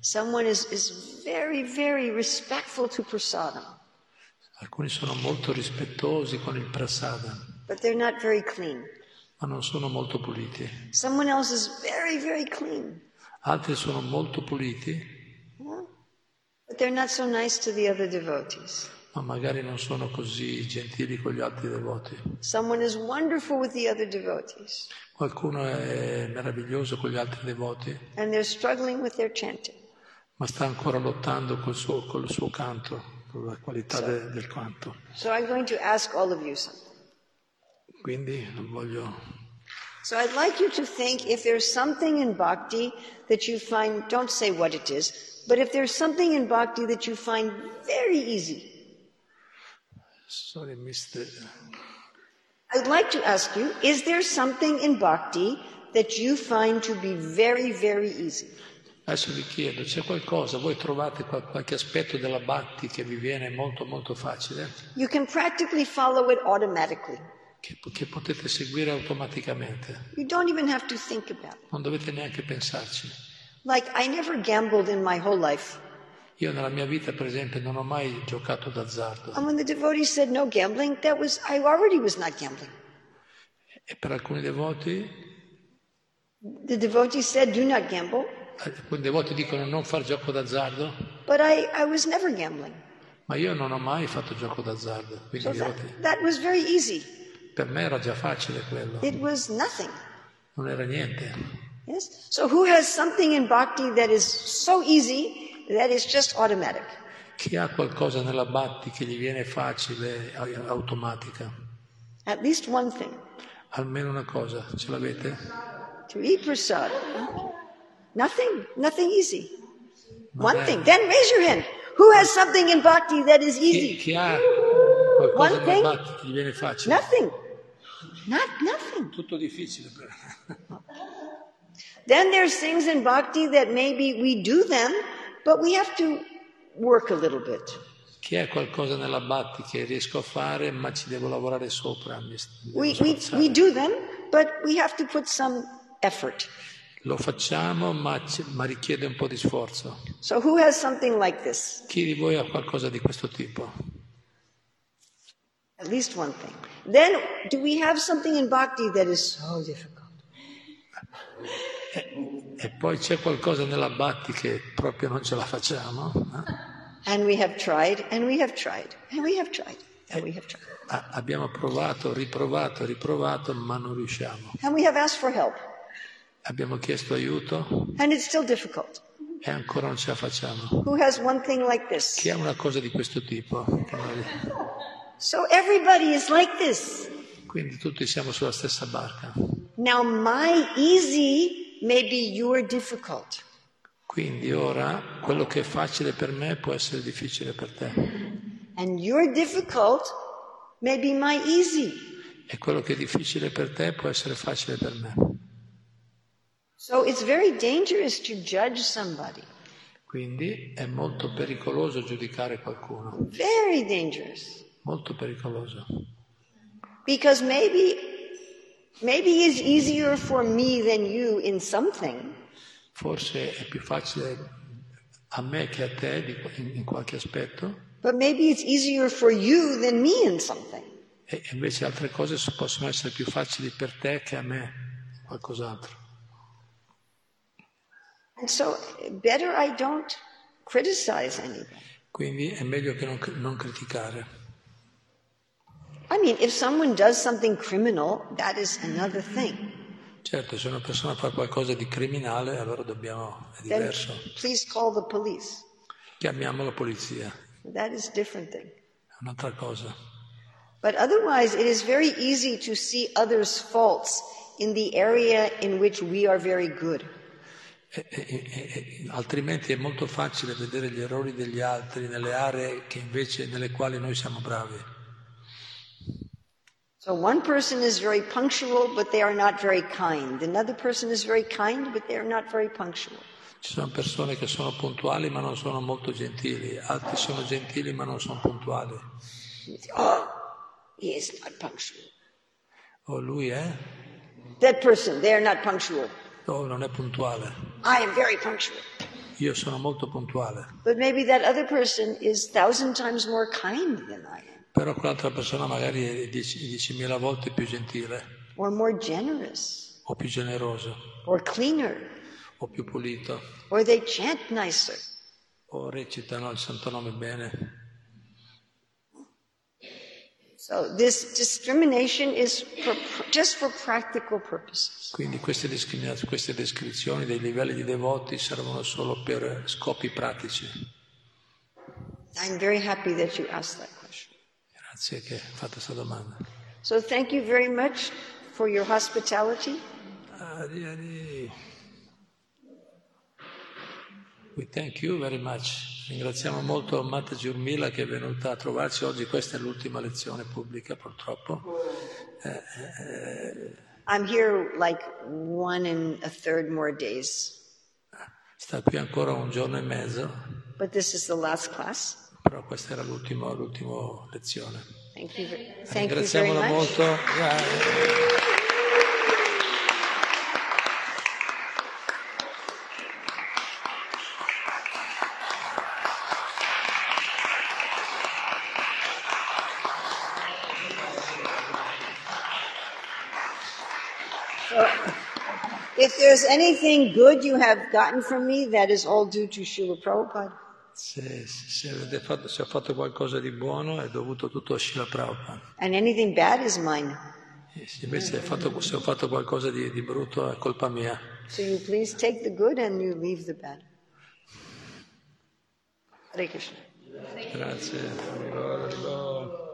Someone is, is very, very respectful to prasadam, Alcuni sono molto rispettosi con il prasada, but they're not very clean. ma non sono molto puliti. Someone else is very, very clean, Altri sono molto puliti, yeah? but they're not so nice to the other devotees. ma magari non sono così gentili con gli altri devoti. Someone is wonderful with the other devotees, Qualcuno è meraviglioso con gli altri devoti, and they're struggling with their chanting. ma sta ancora lottando col suo, col suo canto, con la qualità de- del canto. So I'm going to ask all of you something. Quindi non voglio... So I'd like you to think if there's something in bhakti that you find, don't say what it is, but if there's something in bhakti that you find very easy, Sorry, mister. I'd like to ask you, is there something in bhakti that you find to be very, very easy? Adesso vi chiedo, c'è qualcosa, voi trovate qual- qualche aspetto della Bhakti che vi viene molto molto facile, You can practically follow it automatically. che, che potete seguire automaticamente, You don't even have to think about it. non dovete neanche pensarci. Like, I never gambled in my whole life. Io nella mia vita, per esempio, non ho mai giocato d'azzardo And when the devotee said no gambling, that was, I already was not gambling. e per alcuni devoti, eh, The devotee said, do not gamble, alcuni devoti dicono non far gioco d'azzardo, but I, I was never gambling. ma io non ho mai fatto gioco d'azzardo, quindi So i devoti- that, that was very easy. per me era già facile quello, It was nothing. non era niente. Yes? So who has something in bhakti that is so easy that is just automatic? Chi ha qualcosa nella Bhakti che gli viene facile, a- automatica? At least one thing. Almeno una cosa, ce l'avete? To eat prasad. Nothing. Nothing easy. One Okay. thing. Then raise your hand. Who has something in bhakti that is Chi, easy? chi ha qualcosa One nella thing? Bhakti che gli viene facile? Nothing. Not nothing. Tutto difficile però. Then there's things in bhakti that maybe we do them, but we have to work a little bit. Chi ha qualcosa nella Bhakti che riesco a fare ma ci devo lavorare sopra, mi devo We, we, sforzare. we do them, but we have to put some effort. Lo facciamo ma, ci- ma richiede un po' di sforzo. So who has something like this? Chi di voi ha qualcosa di questo tipo? At least one thing. Then do we have something in bhakti that is so difficult? E poi c'è qualcosa nella Bhakti che proprio non ce la facciamo? eh? And we have tried, and we have tried, and we have tried, and we have tried. A- Ah, abbiamo provato, riprovato, riprovato ma non riusciamo. And we have asked for help, Abbiamo chiesto aiuto and it's still difficult. e ancora non ce la facciamo. Who has one thing like this? Chi ha una cosa di questo tipo? Che noi- So everybody is like this. Quindi tutti siamo sulla stessa barca. Now my easy may be your difficult. Quindi ora quello che è facile per me può essere difficile per te And your difficult may be my easy. e quello che è difficile per te può essere facile per me. So it's very dangerous to judge somebody. Quindi è molto pericoloso giudicare qualcuno, Very dangerous. molto pericoloso. Because maybe Maybe it's easier for me than you in something, Forse è più facile a me che a te di- in, in qualche aspetto, but maybe it's easier for you than me in something. e e invece altre cose so- possono essere più facili per te che a me, qualcos'altro. And so, better I don't criticize anybody. Quindi è meglio che non, cr- non criticare. I mean, if someone does something criminal, that is another thing. Certo, se una persona fa qualcosa di criminale, allora dobbiamo, è Then diverso. please call the police. Chiamiamo la polizia, è That is different thing. un'altra cosa. But otherwise, it is very easy to see others' faults in the area in which we are very good. E- e- e- e- altrimenti è molto facile vedere gli errori degli altri nelle aree che invece, nelle quali noi siamo bravi. So one person is very punctual, but they are not very kind. Another person is very kind, but they are not very punctual. Ci sono persone che sono puntuali ma non sono molto gentili, altri sono gentili ma non sono puntuali. You say, oh, he is not punctual. O Oh, lui è, That person, they are not punctual. o non è puntuale. I am very punctual. Io sono molto puntuale, But maybe that other person is thousand times more kind than I am, però quell'altra persona magari è 10 10.000 volte più gentile, or more generous, o più generoso, or cleaner, o più pulito, or they chant nicer. o recitano il santo nome bene. So this discrimination is for, just for practical purposes. Quindi queste, discrimina- queste descrizioni dei livelli di devoti servono solo per scopi pratici. I'm very happy that you asked that question. Grazie che fate questa domanda. So thank you very much for your hospitality. Ari, Ari. We thank you very much. Ringraziamo molto Mata Giurmila che è venuta a trovarci oggi. Questa è l'ultima lezione pubblica, purtroppo. I'm here like one and a third more days, Sta qui ancora un giorno e mezzo, but this is the last class. però questa era l'ultima, l'ultima lezione. Thank you. ver- Thank you very Ringraziamola much. molto. Grazie. If there's anything good you have gotten from me, that is all due to Srila Prabhupada. Se, se avete fatto, se ho fatto qualcosa di buono è dovuto tutto a Srila Prabhupada. And anything bad is mine. E se invece ho fatto- se ho fatto qualcosa di, di brutto è colpa mia. So you please take the good and you leave the bad. Hare Krishna. Grazie. Arrivo, arrivo.